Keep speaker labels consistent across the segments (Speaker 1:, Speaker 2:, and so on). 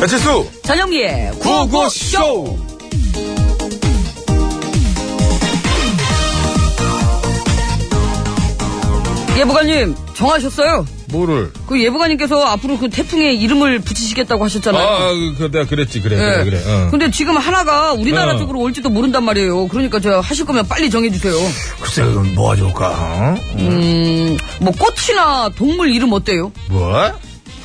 Speaker 1: 배칠수
Speaker 2: 전영미의 구호구쇼!
Speaker 1: 구호쇼
Speaker 2: 예보관님, 정하셨어요?
Speaker 3: 뭐를?
Speaker 2: 그 예보관님께서 앞으로 그 태풍에 이름을 붙이시겠다고
Speaker 3: 아,
Speaker 2: 하셨잖아요.
Speaker 3: 아, 그, 그, 내가 그랬지, 그래,
Speaker 2: 예.
Speaker 3: 그래, 그래. 어.
Speaker 2: 근데 지금 하나가 우리나라
Speaker 3: 어.
Speaker 2: 쪽으로 올지도 모른단 말이에요. 그러니까 저 하실 거면 빨리 정해주세요.
Speaker 3: 글쎄, 그럼 뭐가 좋을까? 어?
Speaker 2: 음, 뭐 꽃이나 동물 이름 어때요?
Speaker 3: 뭐?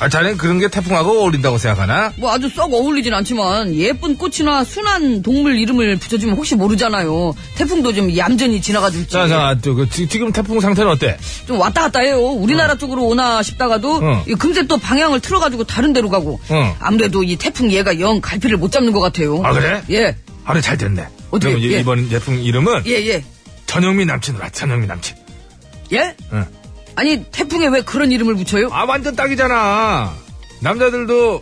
Speaker 3: 아, 자넨 그런 게 태풍하고 어울린다고 생각하나?
Speaker 2: 뭐 아주 썩 어울리진 않지만 예쁜 꽃이나 순한 동물 이름을 붙여주면 혹시 모르잖아요. 태풍도 좀 얌전히 지나가줄지.
Speaker 3: 자, 자, 저, 그, 지, 지금 태풍 상태는 어때?
Speaker 2: 좀 왔다 갔다 해요. 우리나라 쪽으로 오나 싶다가도
Speaker 3: 어.
Speaker 2: 이 금세 또 방향을 틀어가지고 다른 데로 가고.
Speaker 3: 어.
Speaker 2: 아무래도 이 태풍 얘가 영 갈피를 못 잡는 것 같아요.
Speaker 3: 아, 그래?
Speaker 2: 예,
Speaker 3: 아, 그래, 잘 됐네.
Speaker 2: 어떻게,
Speaker 3: 그럼 이-
Speaker 2: 예.
Speaker 3: 이번 태풍 이름은
Speaker 2: 예, 예,
Speaker 3: 전영미 남친으로 하자, 전영미 남친.
Speaker 2: 예?
Speaker 3: 응.
Speaker 2: 아니 태풍에 왜 그런 이름을 붙여요?
Speaker 3: 아, 완전 딱이잖아. 남자들도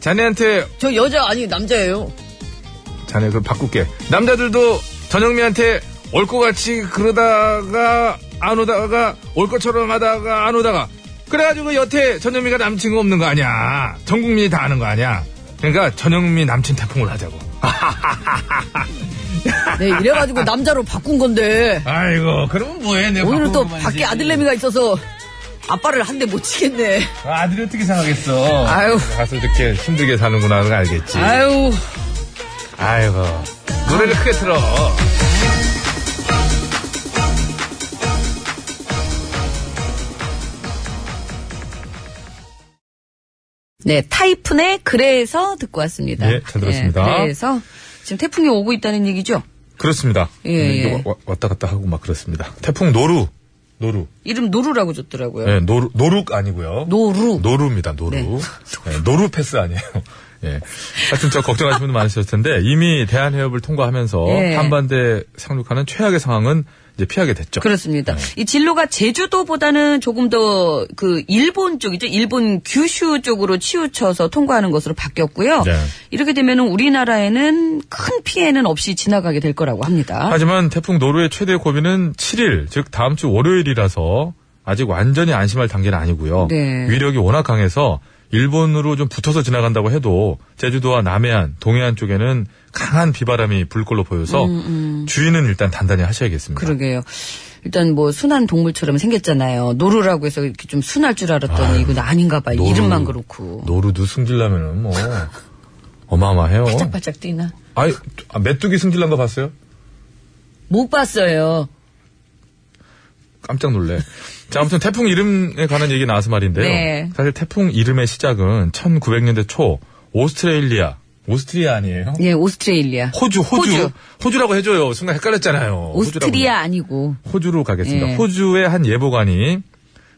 Speaker 3: 자네한테,
Speaker 2: 저 여자 아니 남자예요.
Speaker 3: 자네 그 바꿀게. 남자들도 전영미한테 올 것 같이 그러다가 안 오다가 올 것처럼 하다가 안 오다가 그래가지고 여태 전영미가 남친이 없는 거 아니야. 전 국민이 다 아는 거 아니야. 그러니까 전영미 남친 태풍을 하자고.
Speaker 2: 네, 이래가지고 남자로 바꾼 건데
Speaker 3: 아이고, 그러면 뭐해, 내
Speaker 2: 오늘은 또 밖에 아들내미가 있어서 아빠를 한 대 못 치겠네.
Speaker 3: 그 아들이 어떻게 생각했어?
Speaker 2: 아유.
Speaker 3: 가서 이렇게 힘들게 사는구나, 하는 거 알겠지.
Speaker 2: 아유,
Speaker 3: 아이고. 노래를 크게 틀어.
Speaker 2: 네 타이푼의 그래서 듣고 왔습니다.
Speaker 3: 예, 잘 들었습니다.
Speaker 2: 예, 그래서 지금 태풍이 오고 있다는 얘기죠?
Speaker 3: 그렇습니다.
Speaker 2: 예,
Speaker 3: 이게
Speaker 2: 예.
Speaker 3: 와- 왔다 갔다 하고 막 그렇습니다. 태풍 노루. 노루.
Speaker 2: 이름 노루라고 줬더라고요.
Speaker 3: 예, 노루, 노룩 아니고요.
Speaker 2: 노루.
Speaker 3: 노루입니다, 노루.
Speaker 2: 네.
Speaker 3: 예, 노루 패스 아니에요. 예. 하여튼 저 걱정하시는 분들 많으실 텐데 이미 대한해협을 통과하면서
Speaker 2: 예.
Speaker 3: 한반대 상륙하는 최악의 상황은 이제 피하게 됐죠.
Speaker 2: 그렇습니다.
Speaker 3: 네.
Speaker 2: 이 진로가 제주도보다는 조금 더 그 일본 쪽이죠. 일본 규슈 쪽으로 치우쳐서 통과하는 것으로 바뀌었고요.
Speaker 3: 네.
Speaker 2: 이렇게 되면 우리나라에는 큰 피해는 없이 지나가게 될 거라고 합니다.
Speaker 3: 하지만 태풍 노루의 최대 고비는 7일, 즉 다음 주 월요일이라서 아직 완전히 안심할 단계는 아니고요.
Speaker 2: 네.
Speaker 3: 위력이 워낙 강해서 일본으로 좀 붙어서 지나간다고 해도 제주도와 남해안, 동해안 쪽에는 강한 비바람이 불 걸로 보여서
Speaker 2: 음,
Speaker 3: 주의는 일단 단단히 하셔야겠습니다.
Speaker 2: 그러게요. 일단 뭐 순한 동물처럼 생겼잖아요. 노루라고 해서 이렇게 좀 순할 줄 알았더니 이건 아닌가 봐요.
Speaker 3: 노루.
Speaker 2: 이름만 그렇고.
Speaker 3: 노루도 승질나면은 뭐 어마어마해요.
Speaker 2: 바짝바짝 뛰나?
Speaker 3: 아이, 아, 메뚜기 승질난 거 봤어요?
Speaker 2: 못 봤어요.
Speaker 3: 깜짝 놀래. 자, 아무튼 태풍 이름에 관한 얘기 나와서 말인데요.
Speaker 2: 네.
Speaker 3: 사실 태풍 이름의 시작은 1900년대 초 오스트레일리아. 오스트리아 아니에요?
Speaker 2: 예, 오스트레일리아.
Speaker 3: 호주, 호주.
Speaker 2: 호주.
Speaker 3: 호주. 라고 해줘요. 순간 헷갈렸잖아요.
Speaker 2: 오스트리아 아니고.
Speaker 3: 호주라고. 호주로 가겠습니다.
Speaker 2: 예.
Speaker 3: 호주의 한 예보관이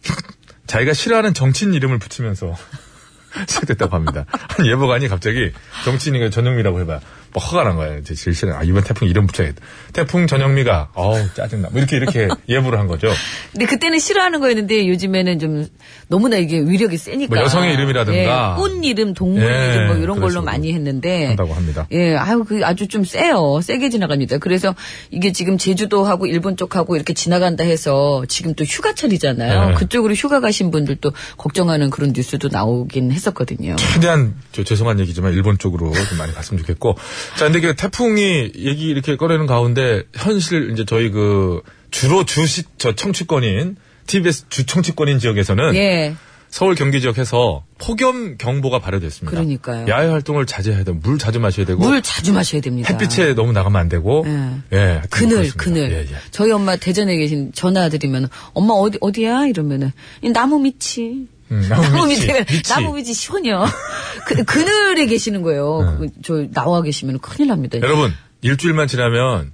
Speaker 3: 자기가 싫어하는 정치인 이름을 붙이면서 시작됐다고 합니다. 한 예보관이 갑자기 정치인이가 전영미라고 해봐요. 뭐 허가 난 거예요. 이제 제일 싫어. 아, 이번 태풍 이름 붙여야겠다. 태풍 전영미가, 어우, 짜증나. 뭐 이렇게, 이렇게 예보를 한 거죠.
Speaker 2: 근데 그때는 싫어하는 거였는데 요즘에는 좀 너무나 이게 위력이 세니까.
Speaker 3: 뭐 여성의 이름이라든가.
Speaker 2: 예, 꽃 이름, 동물
Speaker 3: 예,
Speaker 2: 이름 뭐 이런 걸로
Speaker 3: 그래서
Speaker 2: 많이 했는데.
Speaker 3: 한다고 합니다.
Speaker 2: 예, 아유, 그 아주 좀 세요. 세게 지나갑니다. 그래서 이게 지금 제주도하고 일본 쪽하고 이렇게 지나간다 해서 지금 또 휴가철이잖아요.
Speaker 3: 예.
Speaker 2: 그쪽으로 휴가 가신 분들도 걱정하는 그런 뉴스도 나오긴 했었거든요.
Speaker 3: 최대한 저 죄송한 얘기지만 일본 쪽으로 좀 많이 갔으면 좋겠고 자 근데 그 태풍이 얘기 이렇게 꺼내는 가운데 현실 이제 저희 그 주로 주시 저 청취권인 TBS 주 청취권인 지역에서는
Speaker 2: 예.
Speaker 3: 서울 경기 지역에서 폭염 경보가 발효됐습니다.
Speaker 2: 그러니까요.
Speaker 3: 야외 활동을 자제해야 되고 물 자주 마셔야 되고
Speaker 2: 물 자주 마셔야 됩니다.
Speaker 3: 뭐 햇빛에 너무 나가면 안 되고
Speaker 2: 예.
Speaker 3: 예, 하여튼
Speaker 2: 그늘
Speaker 3: 그렇습니다.
Speaker 2: 그늘
Speaker 3: 예, 예.
Speaker 2: 저희 엄마 대전에 계신 전화 드리면 엄마 어디 어디야 이러면은 이 나무 밑이
Speaker 3: 음, 나무 밑이,
Speaker 2: 밑에
Speaker 3: 밑이.
Speaker 2: 나무 밑이 시원해요. 그, 그늘에 계시는 거예요. 그, 저 나와 계시면 큰일 납니다.
Speaker 3: 네. 여러분 일주일만 지나면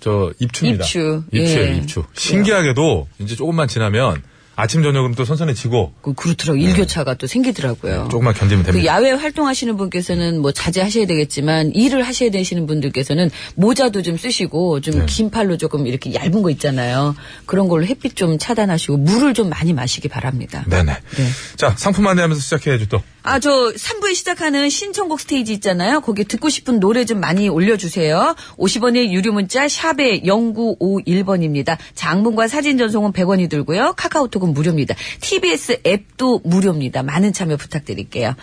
Speaker 3: 저 입추입니다.
Speaker 2: 입추.
Speaker 3: 입추예요,
Speaker 2: 예.
Speaker 3: 입추. 신기하게도 이제 조금만 지나면 아침 저녁은 또 선선해지고
Speaker 2: 그, 그렇더라고 요 일교차가 또 생기더라고요.
Speaker 3: 네. 조금만 견디면
Speaker 2: 그
Speaker 3: 됩니다.
Speaker 2: 야외 활동하시는 분께서는 뭐 자제하셔야 되겠지만 일을 하셔야 되시는 분들께서는 모자도 좀 쓰시고 좀
Speaker 3: 네.
Speaker 2: 긴 팔로 조금 이렇게 얇은 거 있잖아요. 그런 걸로 햇빛 좀 차단하시고 물을 좀 많이 마시기 바랍니다.
Speaker 3: 네네. 자 상품 안내하면서 시작해야죠 또.
Speaker 2: 아, 저 3부에 시작하는 신청곡 스테이지 있잖아요. 거기 듣고 싶은 노래 좀 많이 올려주세요. 50원의 유료 문자 샵에 0951번입니다. 장문과 사진 전송은 100원이 들고요. 카카오톡은 무료입니다. TBS 앱도 무료입니다. 많은 참여 부탁드릴게요.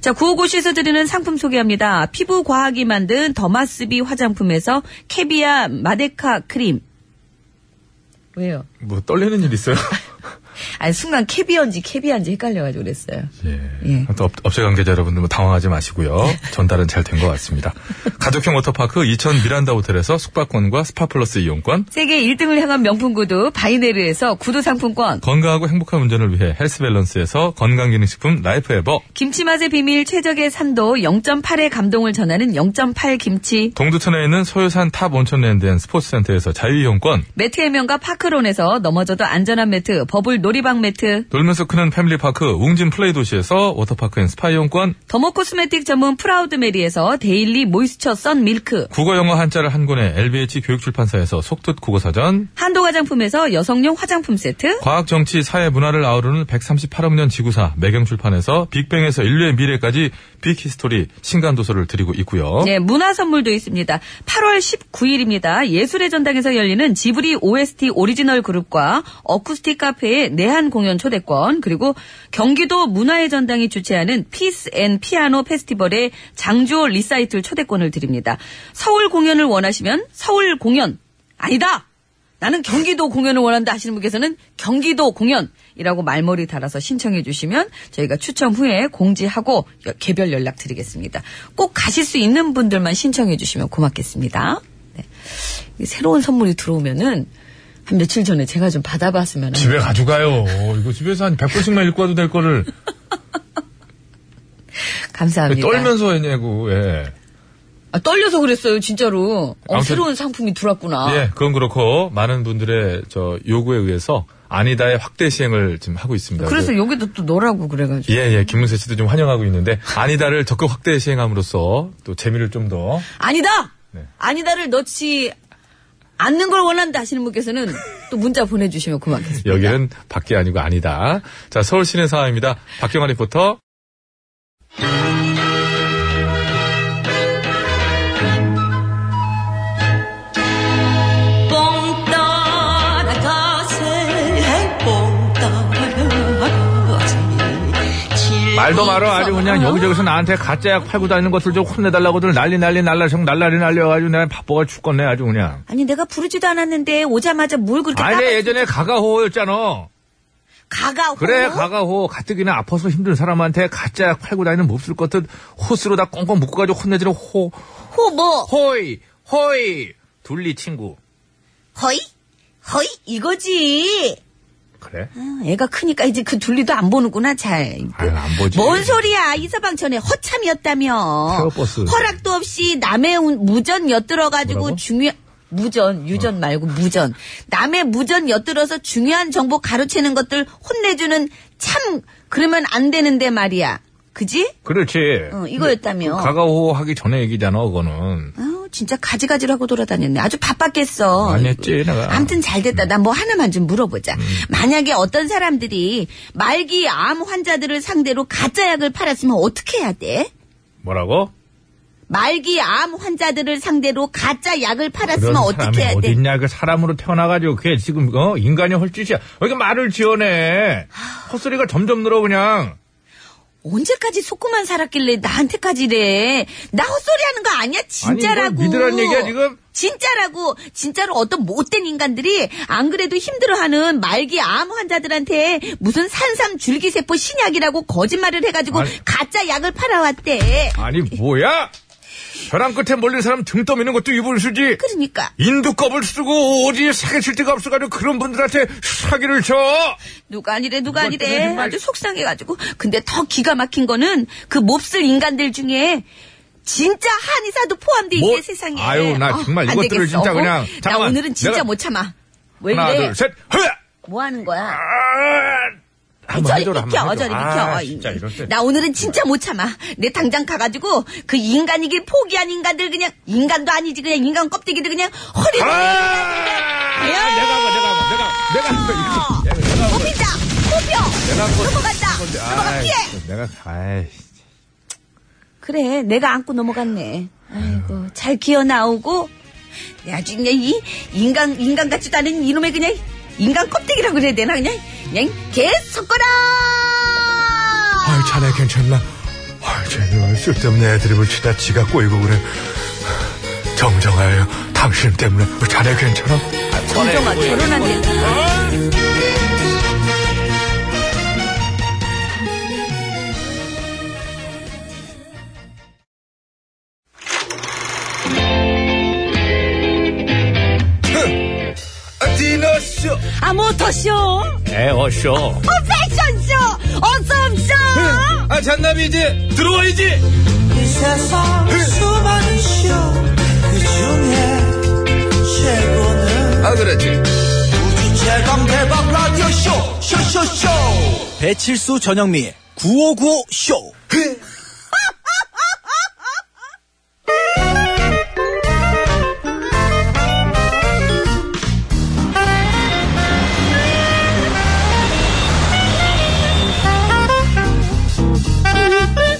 Speaker 2: 자, 구호고시에서 드리는 상품 소개합니다. 피부 과학이 만든 더마스비 화장품에서 캐비아 마데카 크림. 왜요?
Speaker 3: 뭐 떨리는 일 있어요?
Speaker 2: 아니, 순간 캐비언지 캐비안지 헷갈려가지고 그랬어요.
Speaker 3: 예.
Speaker 2: 예.
Speaker 3: 또 업- 업체 관계자 여러분들 뭐 당황하지 마시고요. 전달은 잘 된 것 같습니다. 가족형 워터파크 이천 미란다 호텔에서 숙박권과 스파플러스 이용권,
Speaker 2: 세계 1등을 향한 명품 구두 바이네르에서 구두 상품권
Speaker 3: 건강하고 행복한 운전을 위해 헬스밸런스에서 건강기능식품 라이프에버,
Speaker 2: 김치 맛의 비밀 최적의 산도 0.8의 감동을 전하는 0.8 김치
Speaker 3: 동두천에 있는 소유산 탑 온천랜드 앤 스포츠센터에서 자유이용권,
Speaker 2: 매트의 명가 파크론에서 넘어져도 안전한 매트 버블 놀이방 매트
Speaker 3: 놀면서 크는 패밀리파크 웅진 플레이 도시에서 워터파크 앤 스파 이용권,
Speaker 2: 더모 코스메틱 전문 프라우드메리에서 데일리 모이스처 썬 밀크
Speaker 3: 국어 영어 한자를 한 권에 LBH 교육출판사에서 속뜻 국어사전,
Speaker 2: 한도 화장품에서 여성용 화장품 세트
Speaker 3: 과학, 정치, 사회, 문화를 아우르는 138억년 지구사 매경출판에서 빅뱅에서 인류의 미래까지 빅히스토리 신간 도서를 드리고 있고요.
Speaker 2: 네, 문화 선물도 있습니다. 8월 19일입니다. 예술의 전당에서 열리는 지브리 OST 오리지널 그룹과 어쿠스틱 카페의 내한 공연 초대권, 그리고 경기도 문화의 전당이 주최하는 피스 앤 피아노 페스티벌의 장주호 리사이틀 초대권을 드립니다. 서울 공연을 원하시면 서울 공연, 아니다! 나는 경기도 공연을 원한다 하시는 분께서는 경기도 공연이라고 말머리 달아서 신청해 주시면 저희가 추첨 후에 공지하고 여- 개별 연락 드리겠습니다. 꼭 가실 수 있는 분들만 신청해 주시면 고맙겠습니다. 네. 이 새로운 선물이 들어오면은 한 며칠 전에 제가 좀 받아봤으면 하는
Speaker 4: 집에 가져가요. 이거 집에서 한 100번씩만 읽고 와도 될 거를
Speaker 2: 감사합니다.
Speaker 4: 떨면서 했냐고, 예.
Speaker 2: 아, 떨려서 그랬어요, 진짜로. 어,
Speaker 3: 아무튼-
Speaker 2: 새로운 상품이 들어왔구나.
Speaker 3: 예, 그건 그렇고 많은 분들의 저 요구에 의해서 아니다의 확대 시행을 지금 하고 있습니다.
Speaker 2: 그래서 여기도 또 너라고 그래가지고.
Speaker 3: 예, 예, 김문세 씨도 좀 환영하고 있는데 아니다를 적극 확대 시행함으로써 또 재미를 좀 더
Speaker 2: 아니다!
Speaker 3: 네.
Speaker 2: 아니다를 넣지 않는 걸 원한다 하시는 분께서는 또 문자 보내주시면 고맙겠습니다.
Speaker 3: 여기는 밖이 아니고 아니다. 자, 서울 시내 상황입니다. 박경환 리포터.
Speaker 5: 뽕 따라가세 뽕 따라가세
Speaker 4: 말도 말어 아주 그냥 여기저기서 나한테 가짜 약 팔고 다니는 것을 좀 혼내달라고들 난리 난리 날라 정 날라리 날려가지고 내가 바빠가 죽겠네 아주 그냥.
Speaker 2: 아니 내가 부르지도 않았는데 오자마자 뭘 그렇게
Speaker 4: 아니
Speaker 2: 따라-
Speaker 4: 예전에 가가호였잖아.
Speaker 2: 가가
Speaker 4: 그래
Speaker 2: 호?
Speaker 4: 가가호 가뜩이나 아파서 힘든 사람한테 가짜 약 팔고 다니는 몹쓸 것들 호스로 다 꽁꽁 묶어가지고 혼내주는 호
Speaker 2: 호 뭐?
Speaker 4: 호이 호이 둘리 친구.
Speaker 2: 허이? 허이? 이거지.
Speaker 4: 그래?
Speaker 2: 아, 애가 크니까 이제 그 둘리도 안 보는구나 잘.
Speaker 4: 아유 안 보지.
Speaker 2: 뭔 소리야 이 서방 전에 허참이었다며.
Speaker 4: 태워버스.
Speaker 2: 허락도 없이 남의 운- 무전 엿들어가지고
Speaker 4: 뭐라고? 어.
Speaker 2: 중요 무전 유전 말고 무전 남의 무전 엿들어서 중요한 정보 가로채는 것들 혼내주는 참 그러면 안 되는데 말이야. 그지?
Speaker 4: 그렇지.
Speaker 2: 어, 이거였다며.
Speaker 4: 가가호 하기 전에 얘기잖아 그거는.
Speaker 2: 아우 진짜 가지가지로 하고 돌아다녔네. 아주 바빴겠어.
Speaker 4: 많이 했지, 내가. 음.
Speaker 2: 아무튼 잘 됐다. 난 뭐 하나만 좀 물어보자. 만약에 어떤 사람들이 말기 암 환자들을 상대로 가짜 약을 팔았으면 어떻게 해야 돼?
Speaker 4: 뭐라고?
Speaker 2: 말기 암 환자들을 상대로 가짜
Speaker 4: 그런
Speaker 2: 약을 팔았으면
Speaker 4: 사람이
Speaker 2: 어떻게 해야 돼?
Speaker 4: 어딨냐 그 사람으로 태어나가지고 그게 지금 어 인간이 헐짓이야. 왜 이렇게 말을 지어내? 헛소리가 점점 늘어 그냥.
Speaker 2: 언제까지 속고만 살았길래 나한테까지 이래? 나 헛소리 하는 거 아니야,
Speaker 4: 아니, 이걸
Speaker 2: 진짜라고.
Speaker 4: 믿으란 얘기야 지금?
Speaker 2: 진짜라고 진짜로 어떤 못된 인간들이 안 그래도 힘들어하는 말기 암 환자들한테 무슨 산삼 줄기세포 신약이라고 거짓말을 해가지고
Speaker 3: 아니.
Speaker 2: 가짜 약을 팔아왔대.
Speaker 3: 아니 뭐야? 벼랑 끝에 몰린 사람 등 떠미는 것도 유분수지.
Speaker 2: 그러니까
Speaker 3: 인두껍을 쓰고 오지 사기 칠 데가 없어가지고 그런 분들한테 사기를 쳐.
Speaker 2: 누가 아니래 누가
Speaker 3: 누가
Speaker 2: 아니래
Speaker 3: 때려, 정말.
Speaker 2: 아주 속상해가지고 근데 더 기가 막힌 거는 그 몹쓸 인간들 중에 진짜 한의사도 포함돼 있대
Speaker 3: 뭐?
Speaker 2: 세상에
Speaker 3: 아유, 나 정말
Speaker 2: 안
Speaker 3: 이것들을
Speaker 2: 되겠어.
Speaker 3: 진짜 그냥.
Speaker 2: 어? 나
Speaker 3: 잠깐만.
Speaker 2: 오늘은 진짜
Speaker 3: 내가-
Speaker 2: 못 참아 왜
Speaker 3: 하나
Speaker 2: 이래
Speaker 3: 둘 셋. 허야.
Speaker 2: 뭐 하는 거야
Speaker 3: 아,
Speaker 2: 저리 비켜, 저리 비켜.
Speaker 3: 아, 진짜 이럴 때.
Speaker 2: 나 오늘은 진짜 못 참아. 내 당장 가가지고 그 인간이길 포기한 인간들 그냥 인간도 아니지 그냥 인간 껍데기들 그냥 허리
Speaker 3: 아!
Speaker 2: 로
Speaker 3: 내가 뭐, 내가 뭐, 내가 뭐, 내가 뭐, 이거.
Speaker 2: 뽑힌다, 뽑혀, 넘어간다, 넘어가 피해.
Speaker 3: 내가 아이
Speaker 2: 그래, 내가 안고 넘어갔네. 아이고, 잘 기어 나오고, 내 아주 그냥 이 인간, 인간 같지도 않은 이놈의 그냥 인간 껍데기라고 그래야 되나, 그냥? 그냥 개 섞어라!
Speaker 6: 아유, 자네 괜찮나? 아유, 쟤는 쓸데없는 애드립을 치다 지가 꼬이고 그래. 정정하여 당신 때문에 자네 괜찮아?
Speaker 2: 정정아, 결혼한대.
Speaker 3: 디너쇼
Speaker 2: 아, 모터쇼!
Speaker 3: 에어쇼
Speaker 2: 패션쇼! 어썸쇼!
Speaker 3: 아 잔나비 이제 들어와야지
Speaker 7: 이 세상 수많은 쇼그 중에 최고는
Speaker 3: 아 그렇지
Speaker 7: 우주 최강 대박 라디오 쇼 쇼쇼쇼 배칠수 전영미 9595 쇼.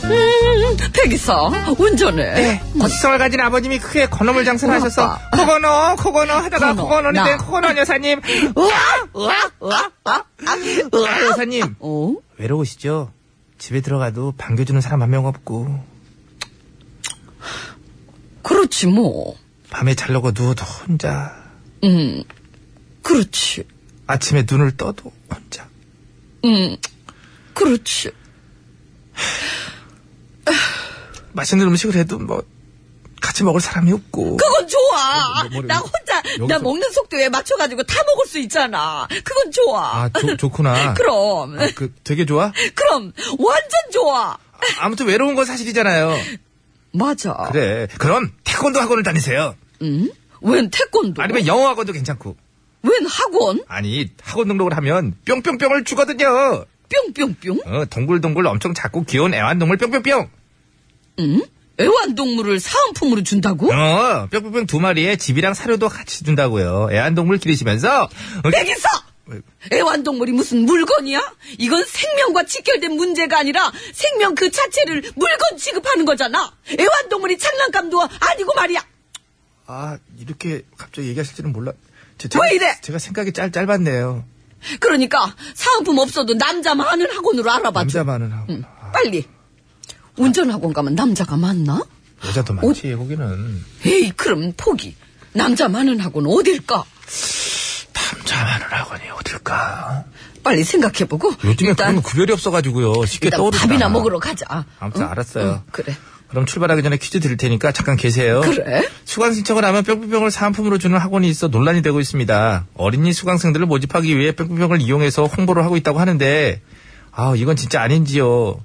Speaker 2: 음, 백이사, 운전해.
Speaker 8: 고치성을 네, 가진 아버님이 크게 건어물 장사를 하셔서 코건어 코건어 하다가
Speaker 2: 코건어,
Speaker 8: 코건어인데
Speaker 2: 나.
Speaker 8: 코건어 여사님
Speaker 2: 아,
Speaker 8: 코건어 아, 여사님
Speaker 2: 어?
Speaker 8: 외로우시죠? 집에 들어가도 반겨주는 사람 한 명 없고
Speaker 2: 그렇지, 뭐.
Speaker 8: 밤에 자려고 누워도 혼자
Speaker 2: 음, 그렇지.
Speaker 8: 아침에 눈을 떠도 혼자
Speaker 2: 음, 그렇지.
Speaker 8: 맛있는 음식을 해도 뭐 같이 먹을 사람이 없고
Speaker 2: 그건 좋아. 나 혼자 나 먹는 속도에 맞춰가지고 다 먹을 수 있잖아. 그건 좋아.
Speaker 3: 아 좋- 좋구나
Speaker 2: 그럼
Speaker 3: 아, 그 되게 좋아
Speaker 2: 그럼 완전 좋아.
Speaker 3: 아무튼 외로운 건 사실이잖아요
Speaker 2: 맞아.
Speaker 3: 그래 그럼 태권도 학원을 다니세요
Speaker 2: 응? 웬 태권도?
Speaker 3: 아니면 영어 학원도 괜찮고
Speaker 2: 웬 학원?
Speaker 3: 아니 학원 등록을 하면 뿅뿅뿅을 주거든요
Speaker 2: 뿅뿅뿅.
Speaker 3: 어 동글동글 엄청 작고 귀여운 애완동물 뿅뿅뿅
Speaker 2: 응? 애완동물을 사은품으로 준다고?
Speaker 3: 어 뿅뿅뿅 두 마리에 집이랑 사료도 같이 준다고요 애완동물 기르시면서 어,
Speaker 2: 백이사. 애완동물이 무슨 물건이야? 이건 생명과 직결된 문제가 아니라 생명 그 자체를 물건 취급하는 거잖아. 애완동물이 장난감도 아니고 말이야.
Speaker 3: 아 이렇게 갑자기 얘기하실 줄은 몰라. 제,
Speaker 2: 왜 이래?
Speaker 3: 제가 생각이 짧 짧았네요.
Speaker 2: 그러니까 사은품 없어도 남자 많은 학원으로 알아봐. 줘
Speaker 3: 남자만은 하고
Speaker 2: 빨리. 운전학원 가면 남자가 많나?
Speaker 3: 여자도 많지 거기는.
Speaker 2: 에이, 그럼 포기. 남자 많은 학원 어딜까?
Speaker 3: 남자만은 학원이 어딜까?
Speaker 2: 빨리 생각해보고.
Speaker 3: 요즘에
Speaker 2: 일단,
Speaker 3: 그런 거 구별이 없어가지고요. 쉽게
Speaker 2: 일단
Speaker 3: 떠오르지
Speaker 2: 밥이나
Speaker 3: 않아.
Speaker 2: 먹으러 가자.
Speaker 3: 아무튼
Speaker 2: 응?
Speaker 3: 알았어요.
Speaker 2: 응, 그래.
Speaker 3: 그럼 출발하기 전에 퀴즈 드릴 테니까 잠깐 계세요.
Speaker 2: 그래?
Speaker 3: 수강 신청을 하면 뿅뿅뿅을 사은품으로 주는 학원이 있어 논란이 되고 있습니다. 어린이 수강생들을 모집하기 위해 뿅뿅뿅을 이용해서 홍보를 하고 있다고 하는데 아 이건 진짜 아닌지요.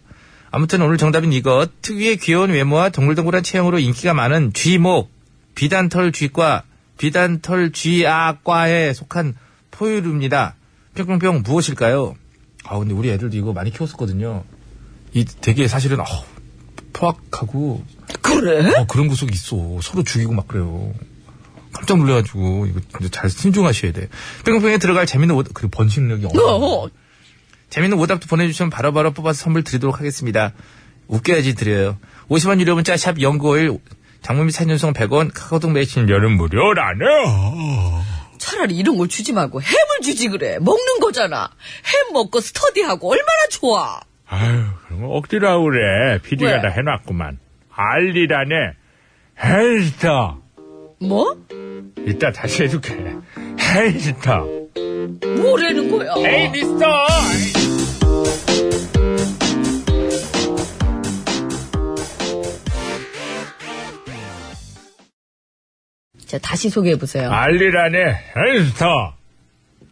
Speaker 3: 아무튼 오늘 정답은 이것 특유의 귀여운 외모와 동글동글한 체형으로 인기가 많은 쥐목 비단털 쥐과 비단털 쥐아과에 속한 포유류입니다. 뿅뿅뿅 무엇일까요? 아 근데 우리 애들도 이거 많이 키웠었거든요. 이 되게 사실은 어, 포악하고
Speaker 2: 그래?
Speaker 3: 어, 그런 구석이 있어. 서로 죽이고 막 그래요. 깜짝 놀래가지고, 이거 진짜 잘 신중하셔야 돼. 뺑뺑뺑에 들어갈 재밌는 오답, 그리고 번식력이 어마어마해.
Speaker 2: 어,
Speaker 3: 재밌는 오답도 보내주시면 바로바로 뽑아서 선물 드리도록 하겠습니다. 웃겨야지 드려요. 50원 유료 문자, 샵 연구일, 장문 및 사진송 100원, 카카오톡 메신 열은 무료라네요.
Speaker 2: 차라리 이런 걸 주지 말고 햄을 주지 그래. 먹는 거잖아. 햄 먹고 스터디하고 얼마나 좋아.
Speaker 6: 아유, 그런 거 억지라 그래.
Speaker 2: 왜?
Speaker 6: PD가 다 해놨구만. 알리라네. 헬스터.
Speaker 2: 뭐?
Speaker 3: 이따 다시 해줄게. 헤이 리스터.
Speaker 2: 뭐라는 거야?
Speaker 3: 헤이 리스터.
Speaker 2: 자, 다시 소개해보세요.
Speaker 3: 알리라네. 헤이 리스터.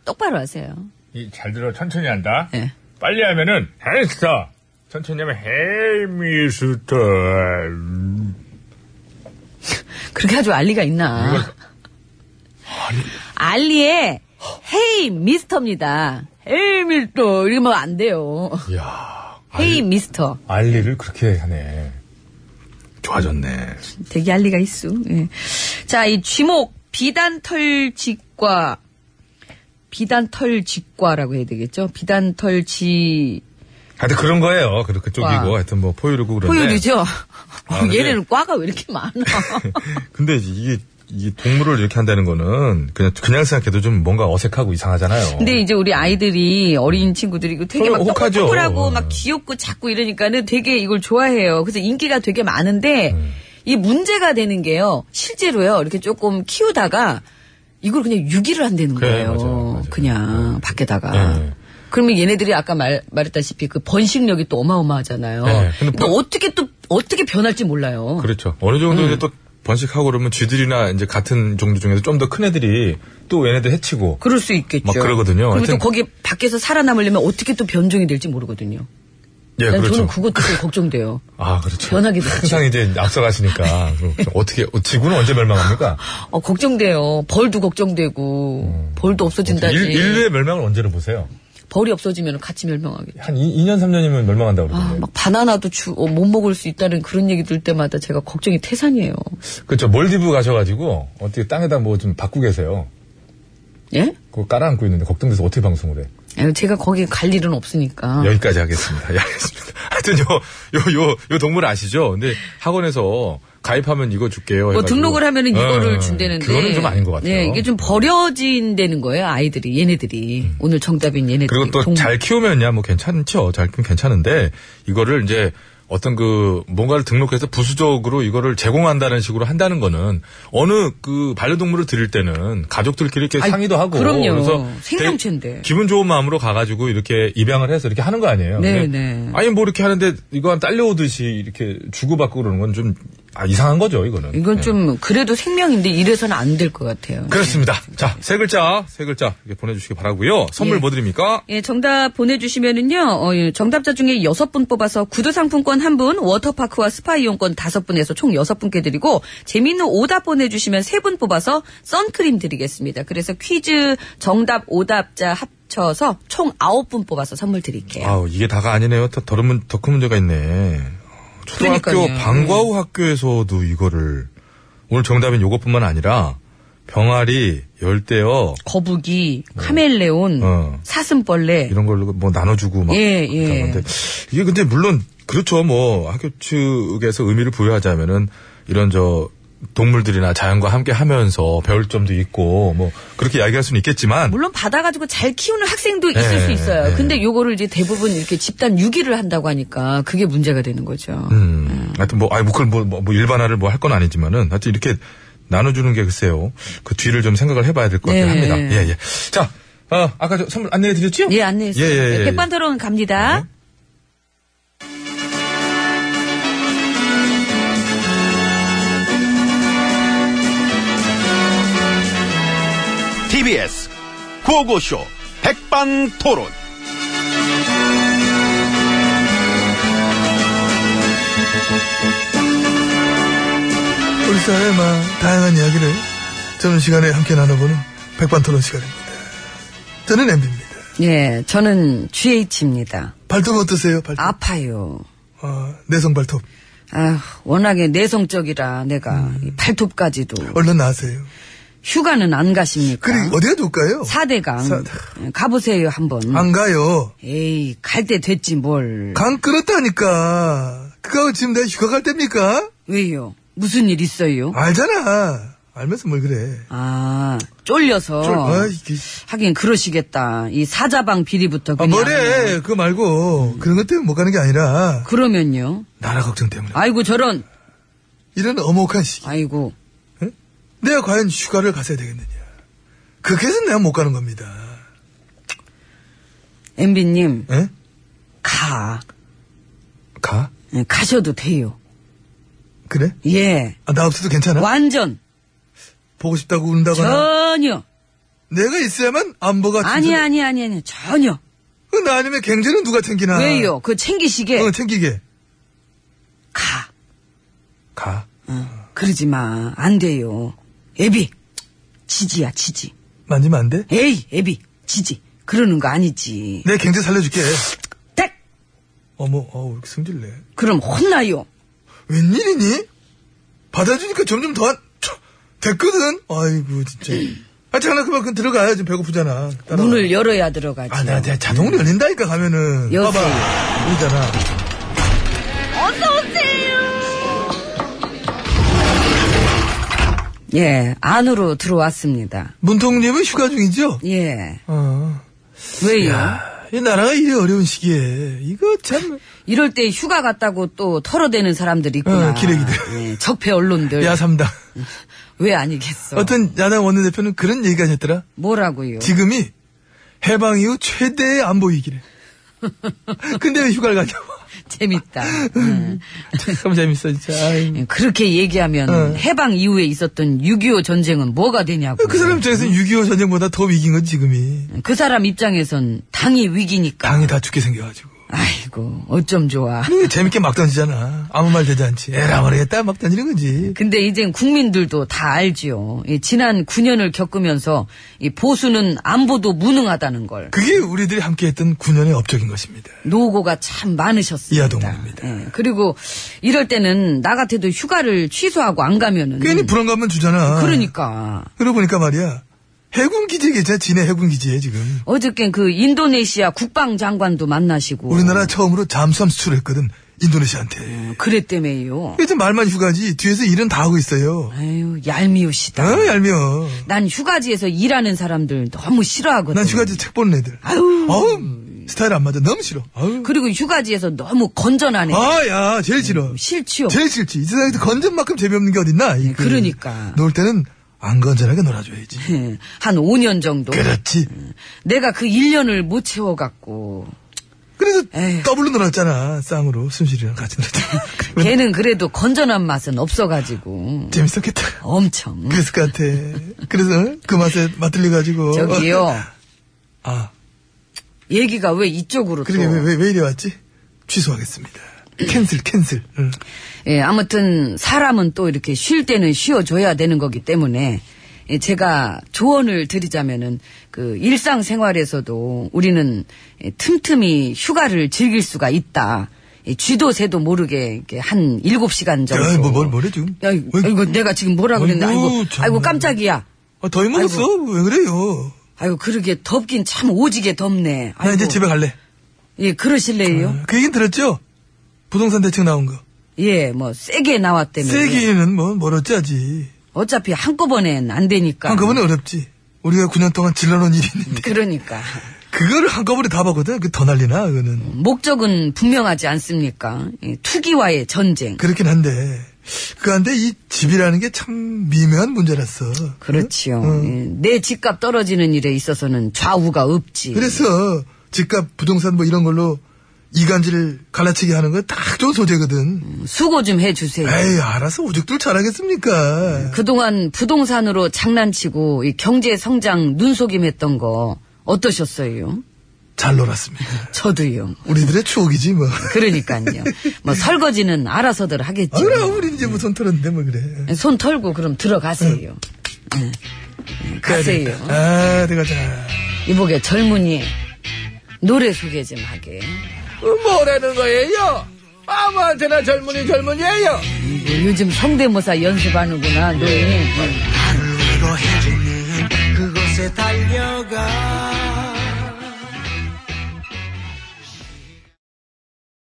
Speaker 2: 똑바로 하세요.
Speaker 3: 이, 잘 들어. 천천히 한다.
Speaker 2: 예.
Speaker 3: 빨리 하면은 헤이 리스터. 천천히 하면 헤이 미스터.
Speaker 2: 그렇게 아주 알리가 있나. 네. 아, 알리의 헤이 미스터입니다. 헤이 미스터 이러면 안 돼요.
Speaker 3: 이야.
Speaker 2: 헤이 미스터
Speaker 3: 알리를 그렇게 하네. 좋아졌네.
Speaker 2: 되게 알리가 있어. 예. 자, 이 쥐목 비단털 직과 비단털 직과라고 해야 되겠죠? 비단털 지
Speaker 3: 하여튼 그런 거예요. 그, 그쪽이고.
Speaker 2: 와.
Speaker 3: 하여튼 뭐 포유류고 그런데.
Speaker 2: 포유류죠.
Speaker 3: 아, 근데-
Speaker 2: 얘네는 과가 왜 이렇게 많아?
Speaker 3: 근데 이게, 이 동물을 이렇게 한다는 거는 그냥, 그냥 생각해도 좀 뭔가 어색하고 이상하잖아요.
Speaker 2: 근데 이제 우리 아이들이 어린 친구들이 이거 되게 막
Speaker 3: 서로 혹하죠. 어.
Speaker 2: 똑똑하고 막 귀엽고 작고 이러니까는 되게 이걸 좋아해요. 그래서 인기가 되게 많은데
Speaker 3: 음.
Speaker 2: 이 문제가 되는 게요. 실제로요. 이렇게 조금 키우다가 이걸 그냥 유기를 한다는
Speaker 3: 그래,
Speaker 2: 거예요.
Speaker 3: 맞아요, 맞아요.
Speaker 2: 그냥 밖에다가.
Speaker 3: 네.
Speaker 2: 그러면 얘네들이 아까 말, 말했다시피 그 번식력이 또 어마어마하잖아요.
Speaker 3: 네, 근데
Speaker 2: 근데
Speaker 3: 번-
Speaker 2: 어떻게 또 어떻게 변할지 몰라요.
Speaker 3: 그렇죠. 어느 정도 이제 또 번식하고 그러면 쥐들이나 이제 같은 종류 중에서 좀 더 큰 애들이 또 얘네들 해치고.
Speaker 2: 그럴 수 있겠죠.
Speaker 3: 막 그러거든요.
Speaker 2: 그리고 또
Speaker 3: 하여튼-
Speaker 2: 거기 밖에서 살아남으려면 어떻게 또 변종이 될지 모르거든요.
Speaker 3: 예,
Speaker 2: 난
Speaker 3: 그렇죠.
Speaker 2: 저는 그것도 좀 걱정돼요.
Speaker 3: 아, 그렇죠.
Speaker 2: 변하게 됐죠.
Speaker 3: 항상 이제 앞서가시니까. 그럼 어떻게, 어, 지구는 언제 멸망합니까?
Speaker 2: 어, 걱정돼요. 벌도 걱정되고, 벌도 없어진다지.
Speaker 3: 음. 일, 인류의 멸망을 언제로 보세요?
Speaker 2: 벌이 없어지면 같이 멸망하겠죠.
Speaker 3: 한 2, 년 3년이면 멸망한다고
Speaker 2: 아,
Speaker 3: 그러던데.
Speaker 2: 막 바나나도 주, 어, 못 먹을 수 있다는 그런 얘기 들 때마다 제가 걱정이 태산이에요.
Speaker 3: 그렇죠. 몰디브 가셔가지고 어떻게 땅에다 뭐 좀 받고 계세요.
Speaker 2: 예?
Speaker 3: 그거 깔아앉고 있는데 걱정돼서 어떻게 방송을 해?
Speaker 2: 아니, 제가 거기 갈 일은 없으니까.
Speaker 3: 여기까지 하겠습니다. 예, 알겠습니다. 하여튼 요, 요, 요, 요 동물 아시죠? 근데 학원에서 가입하면 이거 줄게요.
Speaker 2: 뭐
Speaker 3: 해가지고.
Speaker 2: 등록을 하면은
Speaker 3: 예,
Speaker 2: 이거를 준다는데.
Speaker 3: 그거는 좀 아닌 것 같아요.
Speaker 2: 예, 이게 좀 버려진다는 거예요, 아이들이, 얘네들이. 오늘 정답인 얘네들이.
Speaker 3: 음. 그리고 또
Speaker 2: 동물.
Speaker 3: 잘 키우면야 뭐 괜찮죠. 잘 키우면 괜찮은데 이거를 이제 어떤 그 뭔가를 등록해서 부수적으로 이거를 제공한다는 식으로 한다는 거는 어느 그 반려동물을 드릴 때는 가족들끼리 이렇게
Speaker 2: 아이,
Speaker 3: 상의도 하고
Speaker 2: 그럼요.
Speaker 3: 그래서
Speaker 2: 생명체인데.
Speaker 3: 되게 기분 좋은 마음으로 가가지고 이렇게 입양을 해서 이렇게 하는 거 아니에요.
Speaker 2: 네,
Speaker 3: 근데
Speaker 2: 네.
Speaker 3: 아니 뭐 이렇게 하는데 이거 한 딸려오듯이 이렇게 주고받고 그러는 건 좀 아, 이상한 거죠. 이거는.
Speaker 2: 이건
Speaker 3: 네.
Speaker 2: 좀, 그래도 생명인데 이래서는 안 될 것 같아요.
Speaker 3: 그렇습니다. 자, 세 글자, 세 글자 이렇게 보내주시기 바라고요. 선물
Speaker 2: 네. 예.
Speaker 3: 뭐 드립니까?
Speaker 2: 예, 정답 보내주시면은요, 어, 예, 정답자 중에 여섯 분 뽑아서 구두상품권 한 분, 워터파크와 스파이용권 다섯 분에서 총 여섯 분께 드리고, 재미있는 오답 보내주시면 세 분 뽑아서 선크림 드리겠습니다. 그래서 퀴즈 정답 오답자 합쳐서 총 아홉 분 뽑아서 선물 드릴게요.
Speaker 3: 아우 이게 다가 아니네요. 더 더른 문, 더 큰 문제가 있네. 초등학교
Speaker 2: 그러니까요. 예.
Speaker 3: 방과후 학교에서도 이거를 오늘 정답인 요것뿐만 아니라 병아리, 열대어
Speaker 2: 거북이, 카멜레온,
Speaker 3: 네. 어.
Speaker 2: 사슴벌레,
Speaker 3: 이런 걸로 뭐 나눠주고 막
Speaker 2: 예, 예.
Speaker 3: 그런 건데 이게 근데 물론 그렇죠. 뭐 학교 측에서 의미를 부여하자면은 이런 저 동물들이나 자연과 함께 하면서 배울 점도 있고 뭐 그렇게 이야기할 수는 있겠지만
Speaker 2: 물론 받아가지고 잘 키우는 학생도 있을
Speaker 3: 예,
Speaker 2: 수 있어요.
Speaker 3: 예.
Speaker 2: 근데 요거를 이제 대부분 이렇게 집단 유기를 한다고 하니까 그게 문제가 되는 거죠.
Speaker 3: 음. 하여튼 뭐, 아니, 뭐, 그걸 뭐, 뭐, 뭐 일반화를 뭐 할 건 아니지만은, 하여튼 이렇게 나눠주는 게 글쎄요. 그 뒤를 좀 생각을 해봐야 될 것 같긴
Speaker 2: 네.
Speaker 3: 합니다. 예, 예. 자, 어, 아까 저 선물 안내해 드렸죠?
Speaker 2: 예, 안내했어요.
Speaker 3: 예, 예, 예.
Speaker 2: 백반토론 갑니다.
Speaker 9: TBS 구호고쇼 백반토론
Speaker 10: 우리 사회의 막 다양한 이야기를 점심시간에 함께 나눠보는 백반토론 시간입니다. 저는 엠비입니다.
Speaker 2: 예, 저는 GH입니다.
Speaker 10: 발톱 어떠세요? 발톱.
Speaker 2: 아파요.
Speaker 10: 아, 내성 발톱.
Speaker 2: 아휴, 워낙에 내성적이라 내가 이 발톱까지도
Speaker 10: 얼른 나세요.
Speaker 2: 휴가는 안 가십니까?
Speaker 10: 그리고 어디에 둘까요?
Speaker 2: 아. 사대강
Speaker 10: 사-
Speaker 2: 가보세요 한번.
Speaker 10: 안 가요.
Speaker 2: 에이, 갈 때 됐지 뭘.
Speaker 10: 강 끌었다니까. 그거 지금 내 휴가 갈 때입니까?
Speaker 2: 왜요? 무슨 일 있어요?
Speaker 10: 아. 알잖아. 알면서 뭘 그래.
Speaker 2: 아, 쫄려서.
Speaker 10: 쫄- 아, 이게-
Speaker 2: 하긴 그러시겠다. 이 사자방 비리부터
Speaker 10: 아,
Speaker 2: 그냥.
Speaker 10: 뭐래. 그거 말고. 그런 것 때문에 못 가는 게 아니라.
Speaker 2: 그러면요. 아.
Speaker 10: 나라 걱정 때문에.
Speaker 2: 아이고 저런.
Speaker 10: 이런 어목한 시기.
Speaker 2: 아이고.
Speaker 10: 내가 과연 휴가를 갔어야 되겠느냐. 그렇게 해서 내가 못 가는 겁니다.
Speaker 2: 엠비님,
Speaker 10: 예?
Speaker 2: 가.
Speaker 10: 가?
Speaker 2: 예, 가셔도 돼요.
Speaker 10: 그래?
Speaker 2: 예.
Speaker 10: 아, 나 없어도 괜찮아?
Speaker 2: 완전.
Speaker 10: 보고 싶다고 운다거나. 어,
Speaker 2: 전혀.
Speaker 10: 내가 있어야만 안보가
Speaker 2: 아니, 아니, 아니, 아니. 전혀.
Speaker 10: 나 아니면 갱제는 누가 챙기나?
Speaker 2: 왜요? 그 챙기시게.
Speaker 10: 어, 챙기게.
Speaker 2: 가.
Speaker 10: 가.
Speaker 2: 어, 그러지 마. 안 돼요. 애비. 지지야, 지지.
Speaker 10: 만지면 안 돼?
Speaker 2: 에이, 애비. 지지. 그러는 거 아니지.
Speaker 10: 내 갱제 살려줄게.
Speaker 2: 딱!
Speaker 10: 어머, 어우, 이렇게 성질내.
Speaker 2: 그럼 혼나요.
Speaker 10: 웬일이니? 받아주니까 점점 더 안, 촤, 됐거든? 아이고, 진짜. 아, 장난 그만 큼 들어가야 지 배고프잖아. 따라와.
Speaker 2: 문을 열어야 들어가지.
Speaker 10: 아, 나, 내 자동으로 열린다니까, 가면은.
Speaker 2: 여보세요?
Speaker 10: 봐봐. 이잖아.
Speaker 2: 예, 안으로 들어왔습니다.
Speaker 10: 문통님은 휴가 중이죠?
Speaker 2: 예.
Speaker 10: 어.
Speaker 2: 왜요?
Speaker 10: 이 나라가 이래 어려운 시기에. 이거 참.
Speaker 2: 이럴 때 휴가 갔다고 또 털어대는 사람들이 있구나.
Speaker 10: 어, 기레기들.
Speaker 2: 예, 적폐 언론들.
Speaker 10: 야삼당.
Speaker 2: 왜 아니겠어? 어.
Speaker 10: 어떤 야당 원내대표는 그런 얘기까지 했더라.
Speaker 2: 뭐라고요?
Speaker 10: 지금이 해방 이후 최대의 안보 위기래. 근데 왜 휴가를 가냐고.
Speaker 2: 재밌다. 예.
Speaker 10: 참 재밌어, 진짜. 아이고.
Speaker 2: 예, 그렇게 얘기하면
Speaker 10: 어.
Speaker 2: 해방 이후에 있었던 6.25 전쟁은 뭐가 되냐고.
Speaker 10: 그 사람 입장에서는
Speaker 2: 음.
Speaker 10: 6.25 전쟁보다 더 위기인 건 지금이.
Speaker 2: 그 사람 입장에선 당이 위기니까.
Speaker 10: 당이 다 죽게 생겨가지고.
Speaker 2: 아이고, 어쩜 좋아.
Speaker 10: 근데 재밌게 막 던지잖아. 아무 말 되지 않지. 에라 모르겠다. 막 던지는 거지.
Speaker 2: 근데 이젠 국민들도 다 알지요. 이 지난 9년을 겪으면서 이 보수는 안보도 무능하다는 걸.
Speaker 10: 그게 우리들이 함께 했던 9년의 업적인 것입니다.
Speaker 2: 음. 노고가 참 많으셨습니다.
Speaker 10: 이하동입니다.
Speaker 2: 예, 그리고 이럴 때는 나 같아도 휴가를 취소하고 안 가면은
Speaker 10: 괜히 불안감만 주잖아.
Speaker 2: 그러니까
Speaker 10: 그러고 보니까 말이야. 해군 기지에 있잖아. 진해 해군 기지에 지금.
Speaker 2: 어저께 그 인도네시아 국방장관도 만나시고
Speaker 10: 우리나라 처음으로 잠수함 수출했거든. 인도네시아한테.
Speaker 2: 예, 그랬다며요.
Speaker 10: 그래서 말만 휴가지. 뒤에서 일은 다 하고 있어요.
Speaker 2: 아유 얄미우시다.
Speaker 10: 아, 얄미워.
Speaker 2: 난 휴가지에서 일하는 사람들 너무 싫어하거든.
Speaker 10: 난 휴가지 책 보는 애들.
Speaker 2: 아유.
Speaker 10: 어우, 스타일 안 맞아. 너무 싫어. 아유.
Speaker 2: 그리고 휴가지에서 너무 건전하네.
Speaker 10: 아, 야, 제일 싫어.
Speaker 2: 싫지요.
Speaker 10: 제일 싫지. 이 세상에서 건전만큼 재미없는 게 어딨나? 이 그-
Speaker 2: 그러니까.
Speaker 10: 놀 때는 안 건전하게 놀아줘야지.
Speaker 2: 예, 한 5년 정도.
Speaker 10: 그렇지.
Speaker 2: 내가 그 1년을 못 채워갖고.
Speaker 10: 그래서
Speaker 2: 에휴.
Speaker 10: 더블로 놀았잖아. 쌍으로 순실이랑 같이 놀았잖아. 그러면
Speaker 2: 걔는 그래도 건전한 맛은 없어가지고.
Speaker 10: 재밌었겠다.
Speaker 2: 엄청.
Speaker 10: 그랬을 것 같아. 그래서 그 맛에 맛들려가지고.
Speaker 2: 저기요.
Speaker 10: 아,
Speaker 2: 얘기가 왜 이쪽으로
Speaker 10: 그러게
Speaker 2: 또.
Speaker 10: 왜, 왜, 왜 이래 왔지? 취소하겠습니다. 캔슬, 캔슬. 응.
Speaker 2: 예, 아무튼 사람은 또 이렇게 쉴 때는 쉬어줘야 되는 거기 때문에 예, 제가 조언을 드리자면은 그 일상생활에서도 우리는 예, 틈틈이 휴가를 즐길 수가 있다. 예, 쥐도 새도 모르게 이렇게 한 7시간 정도.
Speaker 10: 야, 뭐, 뭘, 뭐래 지금?
Speaker 2: 야, 이거, 이거 내가 지금 뭐라 그랬는데, 아이고,
Speaker 10: 아이고,
Speaker 2: 아이고,
Speaker 10: 참.
Speaker 2: 깜짝이야.
Speaker 10: 아, 더위 먹었어. 왜 그래요?
Speaker 2: 아이고, 그러게 덥긴 참 오지게 덥네.
Speaker 10: 나
Speaker 2: 아이고.
Speaker 10: 이제 집에 갈래.
Speaker 2: 예, 그러실래요?
Speaker 10: 그 얘기는 들었죠? 부동산 대책 나온 거.
Speaker 2: 예, 뭐, 세게 나왔다며.
Speaker 10: 세기는 뭐, 멀었지, 아직.
Speaker 2: 어차피 한꺼번엔 안 되니까.
Speaker 10: 한꺼번에 어렵지. 우리가 9년 동안 질러놓은 일이 있는데.
Speaker 2: 그러니까.
Speaker 10: 그거를 한꺼번에 다 보거든. 그 더 난리나, 그거는.
Speaker 2: 목적은 분명하지 않습니까? 예, 투기와의 전쟁.
Speaker 10: 그렇긴 한데. 그한데 이 집이라는 게 참 미묘한 문제라서.
Speaker 2: 네. 그렇지요.
Speaker 10: 음.
Speaker 2: 예, 내 집값 떨어지는 일에 있어서는 좌우가 없지.
Speaker 10: 그래서 집값, 부동산 뭐 이런 걸로 이간질 갈라치기 하는 거 딱 좋은 소재거든.
Speaker 2: 뭐 수고 좀 해주세요.
Speaker 10: 에이, 알아서 오죽들
Speaker 2: 네.
Speaker 10: 잘하겠습니까.
Speaker 2: 그동안 부동산으로 장난치고 이 경제 성장 눈속임했던 거 어떠셨어요?
Speaker 10: 잘 놀았습니다.
Speaker 2: 저도요.
Speaker 10: 우리들의 추억이지, 뭐.
Speaker 2: 그러니까요. 뭐 설거지는 알아서들 하겠죠.
Speaker 10: 아, 그럼 우리 이제 뭐손 털었는데 뭐 그래.
Speaker 2: 손 털고 그럼 들어가세요. 응. 응, 가세요.
Speaker 10: 아, 들어가자.
Speaker 2: 이보게 젊은이 노래 소개 좀 하게.
Speaker 4: 어, 뭐라는 거예요? 아무한테나 젊은이 젊은이에요.
Speaker 2: 이거 뭐 요즘 성대모사 연습하는구나. 너.
Speaker 4: 예.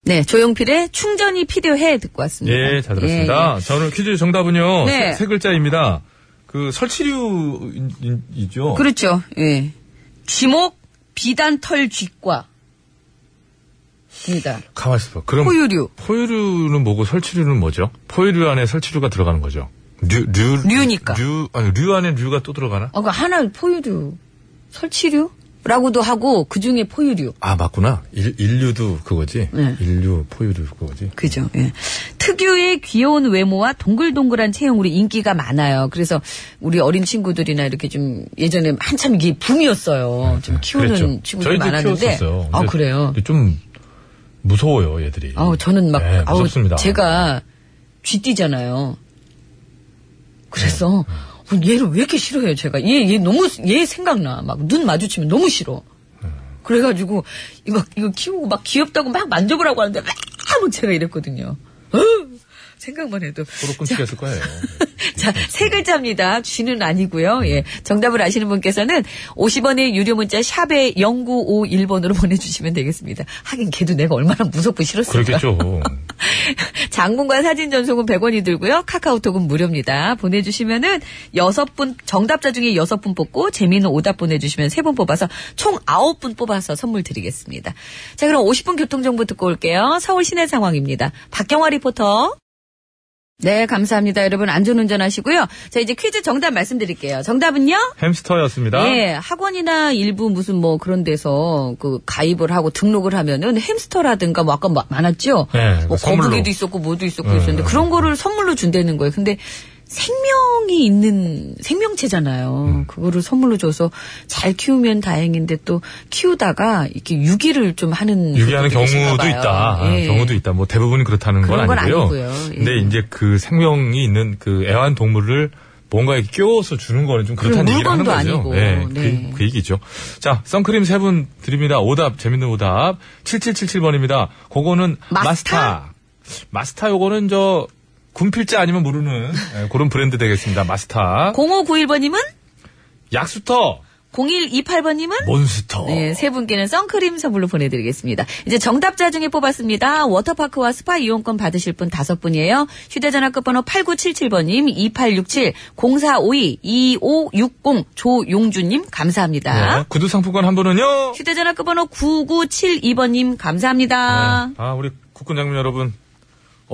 Speaker 2: 네, 조용필의 충전이 필요해 듣고 왔습니다.
Speaker 3: 예, 잘 들었습니다.
Speaker 2: 예, 예.
Speaker 3: 자, 오늘 퀴즈 정답은요.
Speaker 2: 네.
Speaker 3: 세, 세 글자입니다. 그 설치류이죠.
Speaker 2: 그렇죠. 예. 쥐목 비단털 쥐과. 입니다.
Speaker 3: 가만 있어봐. 그럼
Speaker 2: 포유류.
Speaker 3: 포유류는 뭐고 설치류는 뭐죠? 포유류 안에 설치류가 들어가는 거죠. 류, 류.
Speaker 2: 류니까.
Speaker 3: 류, 아니, 류 안에 류가 또 들어가나?
Speaker 2: 아, 그 하나 포유류, 설치류라고도 하고 그 중에 포유류.
Speaker 3: 아, 맞구나. 일, 인류도 그거지.
Speaker 2: 네.
Speaker 3: 인류, 포유류 그거지.
Speaker 2: 그죠. 예. 특유의 귀여운 외모와 동글동글한 체형으로 인기가 많아요. 그래서 우리 어린 친구들이나 이렇게 좀 예전에 한참 이게 붐이었어요. 좀 키우는
Speaker 3: 그랬죠. 그렇죠.
Speaker 2: 친구들이
Speaker 3: 저희도
Speaker 2: 많았는데.
Speaker 3: 키웠었어요.
Speaker 2: 아
Speaker 3: 근데
Speaker 2: 그래요.
Speaker 3: 근데 좀 무서워요, 얘들이.
Speaker 2: 아우 저는 막
Speaker 3: 네,
Speaker 2: 아우
Speaker 3: 예. 무섭습니다.
Speaker 2: 제가 쥐띠잖아요. 그래서
Speaker 3: 예.
Speaker 2: 어, 얘를 왜 이렇게 싫어해요, 제가. 얘 얘 너무 얘 생각나. 막 눈 마주치면 너무 싫어.
Speaker 3: 예.
Speaker 2: 그래 가지고 막 이거 키우고 막 귀엽다고 막 만져보라고 하는데 막 제가 이랬거든요. 어, 생각만 해도
Speaker 3: 서로 끔찍했을 거예요.
Speaker 2: 자, 세 글자입니다. 쥐는 아니고요. 예. 정답을 아시는 분께서는 50원의 유료 문자 샵에 0951번으로 보내주시면 되겠습니다. 하긴 걔도 내가 얼마나 무섭고 싫었을까.
Speaker 3: 그렇겠죠.
Speaker 2: 장문과 사진 전송은 100원이 들고요. 카카오톡은 무료입니다. 보내주시면은 여섯 분, 정답자 중에 여섯 분 뽑고 재미있는 오답 보내주시면 세 분 뽑아서 총 아홉 분 뽑아서 선물 드리겠습니다. 자, 그럼 50분 교통정보 듣고 올게요. 서울 시내 상황입니다. 박경화 리포터. 네, 감사합니다. 여러분, 안전운전 하시고요. 자, 이제 퀴즈 정답 말씀드릴게요. 정답은요?
Speaker 3: 햄스터였습니다.
Speaker 2: 예, 학원이나 일부 무슨 뭐 그런 데서 그 가입을 하고 등록을 하면은 햄스터라든가 뭐 아까 마- 많았죠?
Speaker 3: 네,
Speaker 2: 뭐
Speaker 3: 선물로. 예.
Speaker 2: 거북이도 있었고 뭐도 있었고 있었는데 그런 거를 선물로 준다는 거예요. 근데 생명이 있는 생명체잖아요.
Speaker 3: 음.
Speaker 2: 그거를 선물로 줘서 잘 키우면 다행인데 또 키우다가 이렇게 유기를 좀 하는
Speaker 3: 유기하는
Speaker 2: 분들이 계신가
Speaker 3: 경우도
Speaker 2: 음, 봐요.
Speaker 3: 있다.
Speaker 2: 예.
Speaker 3: 경우도 있다. 뭐 대부분 그렇다는 건
Speaker 2: 그런 건
Speaker 3: 아니고요.
Speaker 2: 아니고요. 예.
Speaker 3: 근데 이제 그 생명이 있는 그 애완 동물을 뭔가 이렇게 끼워서 주는 거는 좀 그렇다는
Speaker 2: 그럼
Speaker 3: 얘기를 하는 거죠.
Speaker 2: 물건도 아니고.
Speaker 3: 예, 그-
Speaker 2: 네.
Speaker 3: 그, 얘기죠. 자, 선크림 세 분 드립니다. 오답, 재밌는 오답. 7777번입니다. 그거는
Speaker 2: 마스타?
Speaker 3: 마스타. 마스타 요거는 저 군필자 아니면 모르는 예, 그런 브랜드 되겠습니다. 마스타.
Speaker 2: 0591번님은?
Speaker 3: 약수터.
Speaker 2: 0128번님은?
Speaker 3: 몬스터.
Speaker 2: 네, 세 분께는 선크림 선물로 보내드리겠습니다. 이제 정답자 중에 뽑았습니다. 워터파크와 스파 이용권 받으실 분 다섯 분이에요. 휴대전화 끝번호 8977번님, 2867, 0452, 2560, 조용주님, 감사합니다.
Speaker 3: 네, 구두 상품권 한 분은요.
Speaker 2: 휴대전화 끝번호 9972번님, 감사합니다.
Speaker 3: 네. 아, 우리 국군 장군 여러분.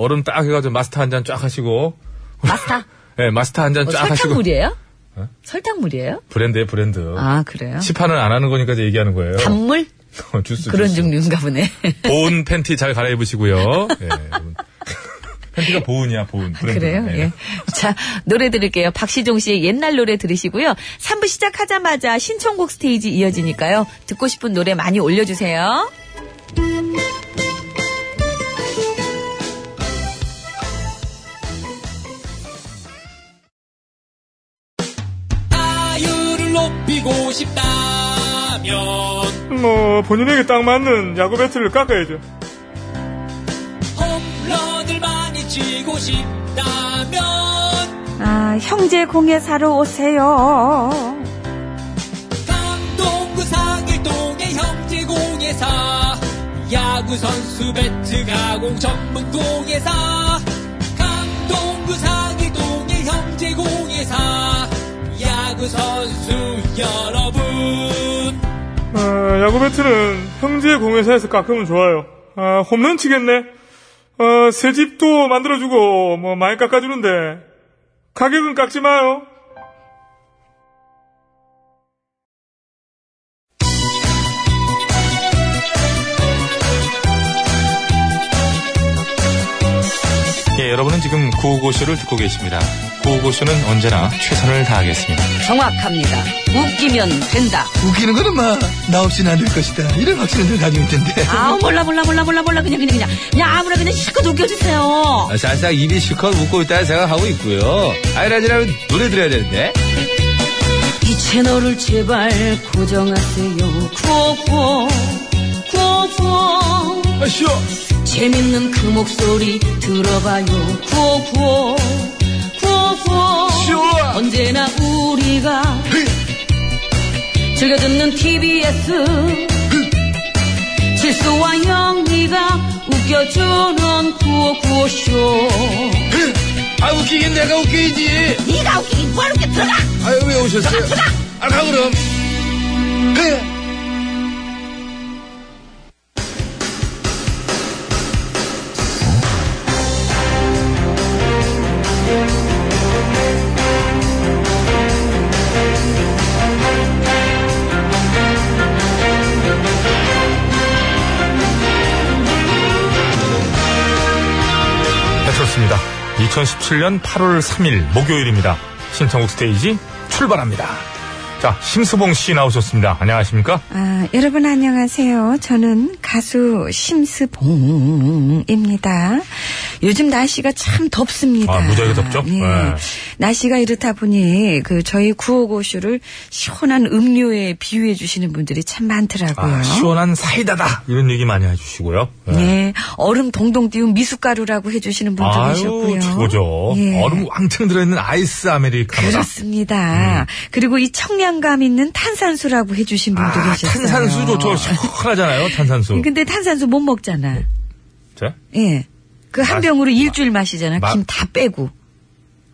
Speaker 3: 얼음 딱 해가지고 마스터 한 잔 쫙 하시고.
Speaker 2: 마스터.
Speaker 3: 예, 마스터 한 잔
Speaker 2: 뭐
Speaker 3: 쫙 하시고. 네.
Speaker 2: 설탕물이에요? 설탕물이에요?
Speaker 3: 브랜드에 브랜드.
Speaker 2: 아, 그래요?
Speaker 3: 시판을 안 하는 거니까 이제 얘기하는 거예요.
Speaker 2: 단물?
Speaker 3: 네, 주스,
Speaker 2: 그런
Speaker 3: 주스.
Speaker 2: 종류인가 보네.
Speaker 3: 보온 팬티 잘 갈아입으시고요. 예, 여러분. 팬티가 보온이야, 보온. 브랜드.
Speaker 2: 그래요?
Speaker 3: 예.
Speaker 2: 예. 자, 노래 들을게요. 박시종 씨의 옛날 노래 들으시고요. 3부 시작하자마자 신청곡 스테이지 이어지니까요. 듣고 싶은 노래 많이 올려주세요.
Speaker 7: 아유를 높이고 싶다면
Speaker 11: 뭐 본인에게 딱 맞는 야구 배트를 깎아야죠.
Speaker 7: 홈런을 많이 치고 싶다면
Speaker 2: 아, 형제 공예사로 오세요.
Speaker 7: 강동구 상일동의 형제공예사 야구선수 배트 가공 전문공예사 강동구 상일동의 형제공예사 야구선수 여러분
Speaker 11: 아, 야구 배트는 형제 공회사에서 깎으면 좋아요. 아, 홈런 치겠네. 아, 새 집도 만들어주고 뭐 많이 깎아주는데 가격은 깎지 마요.
Speaker 3: 예, 여러분은 지금 구호고쇼를 듣고 계십니다. 구호고쇼는 언제나 최선을 다하겠습니다.
Speaker 2: 정확합니다. 웃기면 된다.
Speaker 10: 웃기는 거는 막나 없이는 안 될 것이다. 이런 확신을 늘 가지고 있던데.
Speaker 2: 아, 몰라, 몰라, 몰라, 몰라, 몰라. 그냥, 그냥, 그냥. 그냥 아무나 그냥 실컷 웃겨주세요.
Speaker 4: 사실상 아, 입이 실컷 웃고 있다는 생각하고 있고요. 아이라지라면 노래 들어야 되는데.
Speaker 2: 이 채널을 제발 고정하세요. 구호구호, 구호구호.
Speaker 4: 아, 쉬워.
Speaker 2: 재밌는 그 목소리 들어봐요 구호구호 구호구호
Speaker 4: 쉬워.
Speaker 2: 언제나 우리가 즐겨 듣는 TBS 실수와 영리가 웃겨주는 구호구호쇼
Speaker 4: 아, 웃기긴 내가 웃기지.
Speaker 2: 네가 웃기긴 뭘 웃겨 들어가
Speaker 4: 아유, 왜 오셨어요? 아, 가, 그럼.
Speaker 3: 네, 2017년 8월 3일 목요일입니다. 신청국 스테이지 출발합니다. 자, 심수봉 씨 나오셨습니다. 안녕하십니까?
Speaker 2: 아, 여러분 안녕하세요. 저는 가수 심스봉입니다. 요즘 날씨가 참 덥습니다.
Speaker 3: 아, 무지하게 덥죠?
Speaker 2: 예.
Speaker 3: 네.
Speaker 2: 날씨가 이렇다 보니 그 저희 구호고쇼를 시원한 음료에 비유해 주시는 분들이 참 많더라고요.
Speaker 3: 아, 시원한 사이다다. 이런 얘기 많이 해주시고요. 네.
Speaker 2: 예, 얼음 동동 띄운 미숫가루라고 해주시는 분도
Speaker 3: 아유,
Speaker 2: 계셨고요.
Speaker 3: 최고죠.
Speaker 2: 예.
Speaker 3: 얼음 왕창 들어있는 아이스 아메리카노다.
Speaker 2: 그렇습니다. 그리고 이 청량감 있는 탄산수라고 해주신
Speaker 3: 음. 아,
Speaker 2: 분도 계셨어요. 음,
Speaker 3: 탄산수 좋죠. 아, 시원하잖아요, 탄산수.
Speaker 2: 근데 탄산수 못 먹잖아.
Speaker 3: 자,
Speaker 2: 예. 그 한
Speaker 3: 맛-
Speaker 2: 병으로 일주일 마시잖아.
Speaker 3: 맛-
Speaker 2: 김 다 빼고.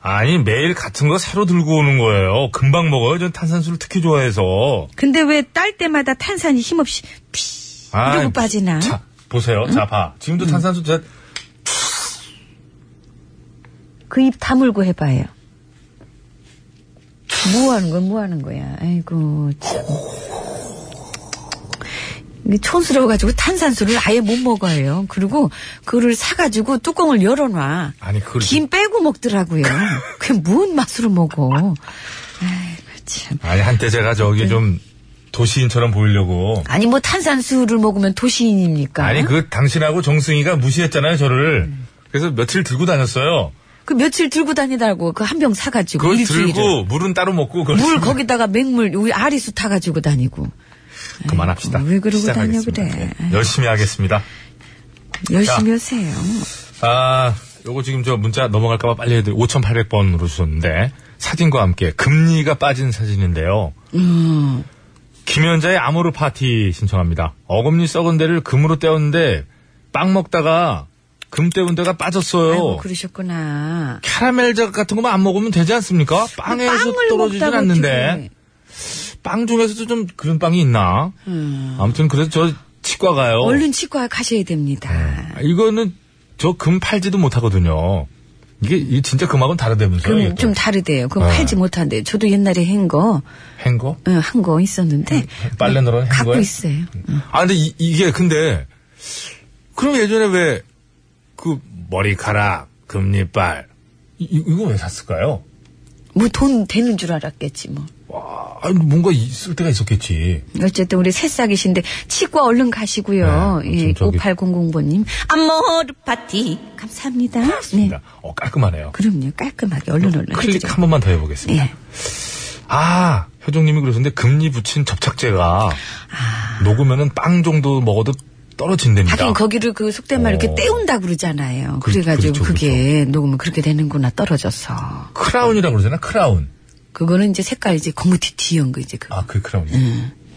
Speaker 3: 아니, 매일 같은 거 새로 들고 오는 거예요. 금방 먹어요. 전 탄산수를 특히 좋아해서.
Speaker 2: 근데 왜 딸 때마다 탄산이 힘없이 피
Speaker 3: 아,
Speaker 2: 이러고 빠지나? 음.
Speaker 3: 자, 보세요. 자, 봐. 지금도 탄산수 제
Speaker 2: 그 입 다물고 해봐요. 뭐 하는 거야? 뭐 하는 거야? 아이고 참. 이게 촌스러워가지고 탄산수를 아예 못 먹어요. 그리고 그거를 사가지고 뚜껑을 열어놔.
Speaker 3: 아니, 그걸-
Speaker 2: 김 빼고 먹더라고요. 그게 뭔 맛으로 먹어? 아이고 참.
Speaker 3: 아니, 한때 제가
Speaker 2: 네.
Speaker 3: 저기 좀 도시인처럼 보이려고.
Speaker 2: 아니 뭐 탄산수를 먹으면 도시인입니까?
Speaker 3: 아니, 그 당신하고 정승이가 무시했잖아요, 저를.
Speaker 2: 음.
Speaker 3: 그래서 며칠 들고 다녔어요.
Speaker 2: 그 며칠 들고 다니다라고 그 한 병 사가지고
Speaker 3: 그걸
Speaker 2: 일주일을
Speaker 3: 들고 물은 따로 먹고 그걸
Speaker 2: 물 거기다가 맹물 우리 아리수 타가지고 다니고
Speaker 3: 네. 그만합시다.
Speaker 2: 아이고, 왜 그러고
Speaker 3: 시작하겠습니다.
Speaker 2: 다녀 그래.
Speaker 3: 예, 열심히 하겠습니다.
Speaker 2: 열심히 하세요.
Speaker 3: 아, 요거 지금 저 문자 넘어갈까봐 빨리 해드려 5,800번으로 주셨는데, 사진과 함께 금리가 빠진 사진인데요.
Speaker 2: 음.
Speaker 3: 김현자의 아모르 파티 신청합니다. 어금니 썩은 데를 금으로 때웠는데, 빵 먹다가 금 때운 데가 빠졌어요.
Speaker 2: 아이고 그러셨구나.
Speaker 3: 캐러멜젓 같은 거만 안 먹으면 되지 않습니까? 빵에서
Speaker 2: 빵을
Speaker 3: 떨어지진
Speaker 2: 먹다고
Speaker 3: 않는데. 빵 중에서도 좀 그런 빵이 있나?
Speaker 2: 음.
Speaker 3: 아무튼 그래서 저 치과 가요.
Speaker 2: 얼른 치과에 가셔야 됩니다.
Speaker 3: 아, 이거는 저 금 팔지도 못하거든요. 이게 이 진짜 금하고는 다르다면서요.
Speaker 2: 그럼 좀 다르대요. 그럼
Speaker 3: 그러니까. 네.
Speaker 2: 팔지 못한대요. 저도 옛날에 한 거, 어,
Speaker 3: 행거?
Speaker 2: 한 거 있었는데.
Speaker 3: 음, 빨래 넣으러 한
Speaker 2: 갖고
Speaker 3: 거예요?
Speaker 2: 있어요. 음.
Speaker 3: 아 근데 이, 이게 근데 그럼 예전에 왜 그 머리카락, 금리빨 이, 이- 이거 왜 샀을까요?
Speaker 2: 뭐 돈 되는 줄 알았겠지 뭐.
Speaker 3: 와, 아니, 뭔가 있을 때가 있었겠지.
Speaker 2: 어쨌든 우리 새싹이신데 치과 얼른 가시고요.
Speaker 3: 네,
Speaker 2: 예,
Speaker 3: 지금 저기-
Speaker 2: 5800번님 암모르 파티 감사합니다. 네. 그렇죠.
Speaker 3: 네. 어 깔끔하네요.
Speaker 2: 그럼요. 깔끔하게 얼른 얼른.
Speaker 3: 클릭
Speaker 2: 해드려요.
Speaker 3: 한 번만 더 해보겠습니다.
Speaker 2: 예.
Speaker 3: 아, 효정님이 그러셨는데 금리 붙인 접착제가 녹으면은 빵 정도 먹어도 떨어진답니다.
Speaker 2: 하긴 거기를 그 속된 말 이렇게
Speaker 3: 어.
Speaker 2: 떼운다 그러잖아요.
Speaker 3: 그-
Speaker 2: 그, 래가지고
Speaker 3: 그렇죠,
Speaker 2: 그게 녹으면 그렇게 되는구나 떨어져서.
Speaker 3: 크라운이라고 그러잖아, 크라운.
Speaker 2: 그거는 이제 색깔 이제 거무티 뒤연 거 이제 그.
Speaker 3: 아, 그 크라운.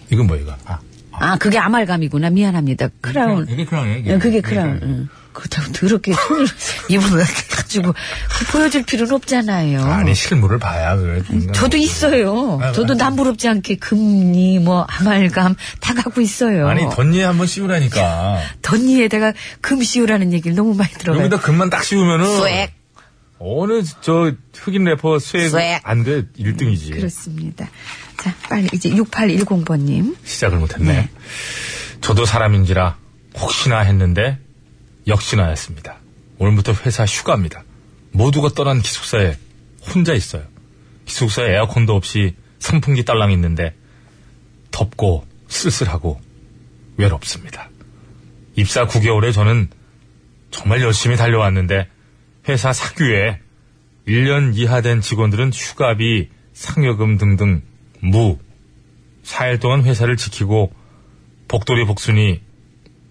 Speaker 3: 이건 뭐야, 이거? 아,
Speaker 2: 아 그게 아말감이구나 미안합니다. 크라운.
Speaker 3: 이게 크라운이에요, 이게.
Speaker 2: 예, 그게
Speaker 3: 네,
Speaker 2: 크라운. 응. 그렇다고 더럽게 손을 입으로 해가지고 그 보여줄 필요는 없잖아요.
Speaker 3: 아니, 실물을 봐야, 그래.
Speaker 2: 저도 있어요.
Speaker 3: 아,
Speaker 2: 저도
Speaker 3: 아,
Speaker 2: 남부럽지 않게 금리 뭐 아말감 다 갖고 있어요.
Speaker 3: 아니, 덧니에 한번 씌우라니까.
Speaker 2: 덧니에다가 금 씌우라는 얘기를 너무 많이 들어요.
Speaker 3: 여기다 금만 딱 씌우면은.
Speaker 2: 쏵.
Speaker 3: 어느, 저, 흑인 래퍼 쇠액.
Speaker 2: 쏵.
Speaker 3: 안 돼, 1등이지.
Speaker 2: 그렇습니다. 자, 빨리 이제 6810번님.
Speaker 3: 시작을 못했네. 저도 사람인지라 혹시나 했는데 역시나였습니다. 오늘부터 회사 휴가입니다. 모두가 떠난 기숙사에 혼자 있어요. 기숙사에 에어컨도 없이 선풍기 딸랑 있는데 덥고 쓸쓸하고 외롭습니다. 입사 9개월에 저는 정말 열심히 달려왔는데 회사 사규에 1년 이하 된 직원들은 휴가비, 상여금 등등 무 4일 동안 회사를 지키고 복돌이 복순이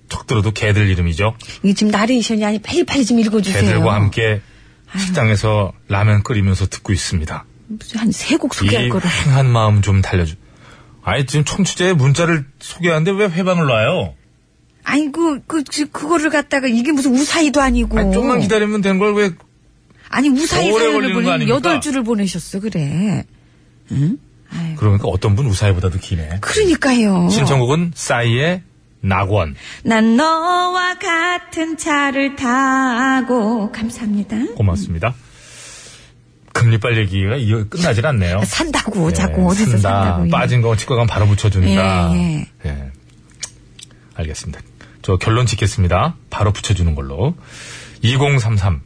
Speaker 3: 적들어도 개들 이름이죠.
Speaker 2: 이게 지금 나레이션이 아니 빨리빨리 좀 읽어주세요.
Speaker 3: 개들과 함께 식당에서 라면 끓이면서 듣고 있습니다.
Speaker 2: 한세 곡
Speaker 3: 이
Speaker 2: 소개할 거를.
Speaker 3: 휑한 마음 좀 달려주. 아니 지금 청취자의 문자를 소개하는데 왜 회방을 놔요?
Speaker 2: 아이고, 그, 그, 그거를 갖다가 이게 무슨 우사이도 아니고.
Speaker 3: 아니, 좀만 기다리면 된 걸 왜?
Speaker 2: 아니, 우사이
Speaker 3: 오래
Speaker 2: 사연을
Speaker 3: 걸리는 거
Speaker 2: 보내면
Speaker 3: 아닙니까?
Speaker 2: 여덟 줄을 보내셨어, 그래.
Speaker 3: 그러니까 어떤 분 우사이보다도 기네.
Speaker 2: 네. 그러니까요.
Speaker 3: 신청곡은 싸이의 낙원.
Speaker 2: 난 너와 같은 차를 타고. 감사합니다.
Speaker 3: 고맙습니다. 금리빨 얘기가 이거 끝나질 않네요.
Speaker 2: 산다고,
Speaker 3: 예,
Speaker 2: 자꾸 어디서
Speaker 3: 쓴다.
Speaker 2: 산다고. 예.
Speaker 3: 빠진 거 치과 가면 바로 붙여준다.
Speaker 2: 예,
Speaker 3: 예. 알겠습니다. 저 결론 짓겠습니다. 바로 붙여주는 걸로. 2033.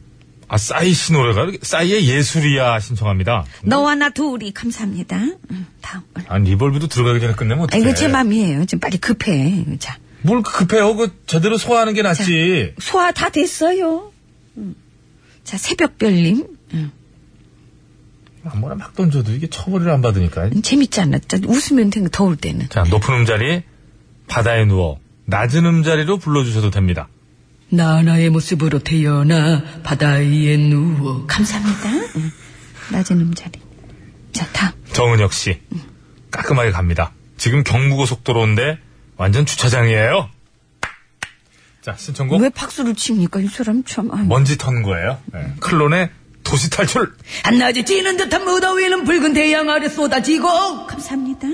Speaker 3: 아, 싸이 씨 노래가, 이렇게 싸이의 예술이야 신청합니다.
Speaker 2: 너와 나 둘이 감사합니다. 음, 다음.
Speaker 3: 아, 리볼브도 들어가기 전에 끝내면
Speaker 2: 아,
Speaker 3: 어떡해.
Speaker 2: 이거 제 맘이에요. 지금 빨리 급해. 자,
Speaker 3: 뭘 급해요. 그 제대로 소화하는 게 낫지.
Speaker 2: 소화 다 됐어요. 음. 자, 새벽별님. 음,
Speaker 3: 아무나 막 던져도 이게 처벌을 안 받으니까.
Speaker 2: 재밌지 않았죠? 웃으면 되는 거, 더울 때는.
Speaker 3: 자, 높은 음자리, 바다에 누워, 낮은 음자리로 불러주셔도 됩니다.
Speaker 7: 나나의 모습으로 태어나 바다 위에 누워.
Speaker 2: 감사합니다. 음, 낮은 음자리. 자, 다음.
Speaker 3: 정은혁 씨. 깔끔하게 갑니다. 지금 경부고속도로인데 완전 주차장이에요. 자, 신청곡
Speaker 2: 왜 박수를 칩니까? 이 사람 참. 아유.
Speaker 3: 먼지 턴 거예요. 네. 클론의 도시 탈출.
Speaker 7: 한낮이 지는 듯한 무더위는 붉은 태양 아래 쏟아지고.
Speaker 2: 감사합니다.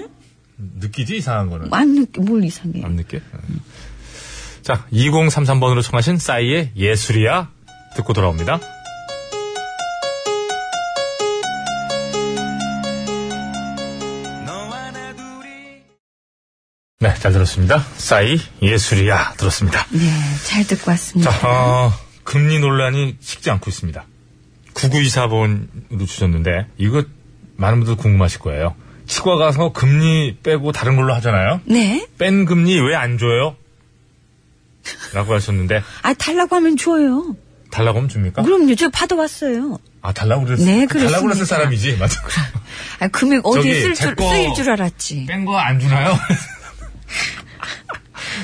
Speaker 3: 느끼지 이상한 거는.
Speaker 2: 안, 뭘 이상해.
Speaker 3: 안 느껴? 음. 자, 2033번으로 청하신 싸이의 예술이야 듣고 돌아옵니다. 네, 잘 들었습니다. 싸이 예술이야 들었습니다.
Speaker 2: 네, 잘 듣고 왔습니다.
Speaker 3: 자, 어, 금리 논란이 식지 않고 있습니다. 9924번으로 주셨는데 이거 많은 분들 궁금하실 거예요. 치과 가서 금리 빼고 다른 걸로 하잖아요.
Speaker 2: 네.
Speaker 3: 뺀 금리 왜 안 줘요? 라고 하셨는데
Speaker 2: 아, 달라고 하면 줘요.
Speaker 3: 달라고 하면 줍니까?
Speaker 2: 그럼요. 저 받아왔어요.
Speaker 3: 아 달라고 그랬
Speaker 2: 네,
Speaker 3: 달라고
Speaker 2: 그렇습니다.
Speaker 3: 그랬을 사람이지 맞아.
Speaker 2: 아, 금액 어디에
Speaker 3: 저기,
Speaker 2: 쓸
Speaker 3: 제
Speaker 2: 줄,
Speaker 3: 거-
Speaker 2: 쓰일 줄 알았지.
Speaker 3: 뺀 거 안 주나요?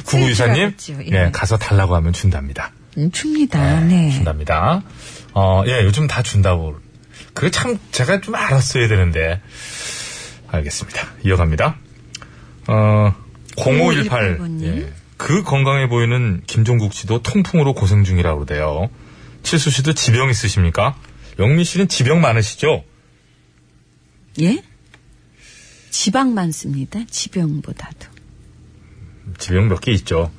Speaker 3: 구구 이사님,
Speaker 2: 알았죠, 예.
Speaker 3: 예, 가서 달라고 하면 준답니다.
Speaker 2: 음, 줍니다. 네.
Speaker 3: 준답니다. 어, 예, 요즘 다 준다고. 그게 참 제가 좀 알았어야 되는데. 알겠습니다. 이어갑니다. 어, 0518.
Speaker 2: 번님.
Speaker 3: 예. 그 건강해 보이는 김종국 씨도 통풍으로 고생 중이라고 그러대요. 칠수 씨도 지병 있으십니까? 영미 씨는 지병 많으시죠?
Speaker 2: 예? 지방 많습니다. 지병보다도.
Speaker 3: 지병 몇 개 있죠.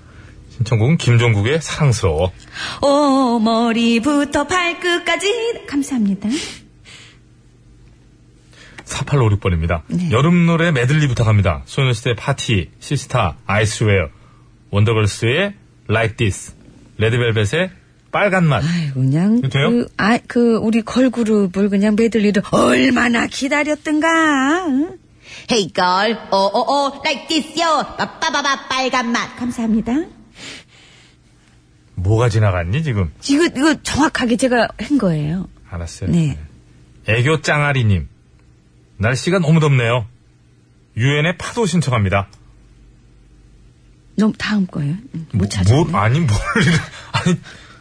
Speaker 3: 신청곡은 김종국의 사랑스러워.
Speaker 2: 오, 어, 머리부터 발끝까지. 감사합니다.
Speaker 3: 4856번입니다.
Speaker 2: 네.
Speaker 3: 여름 노래 메들리 부탁합니다. 소녀시대 파티, 시스타, 아이스웨어, 원더걸스의 Like This, 레드벨벳의 빨간 맛.
Speaker 2: 아유, 그냥.
Speaker 3: 이거 돼요?
Speaker 2: 그, 아, 그, 우리 걸그룹을 그냥 메들리로 얼마나 기다렸던가. 응?
Speaker 5: Hey girl, oh oh oh, like this yo, 빠빠바바 빨간 맛.
Speaker 2: 감사합니다.
Speaker 3: 뭐가 지나갔니 지금?
Speaker 2: 이거, 이거 정확하게 제가 한 거예요.
Speaker 3: 알았어요.
Speaker 2: 네.
Speaker 3: 애교 짱아리님, 날씨가 너무 덥네요. 유엔의 파도 신청합니다.
Speaker 2: 너무 다음 거예요. 응, 못
Speaker 3: 뭐,
Speaker 2: 찾았네.
Speaker 3: 뭐, 아니 뭘 이래. 아니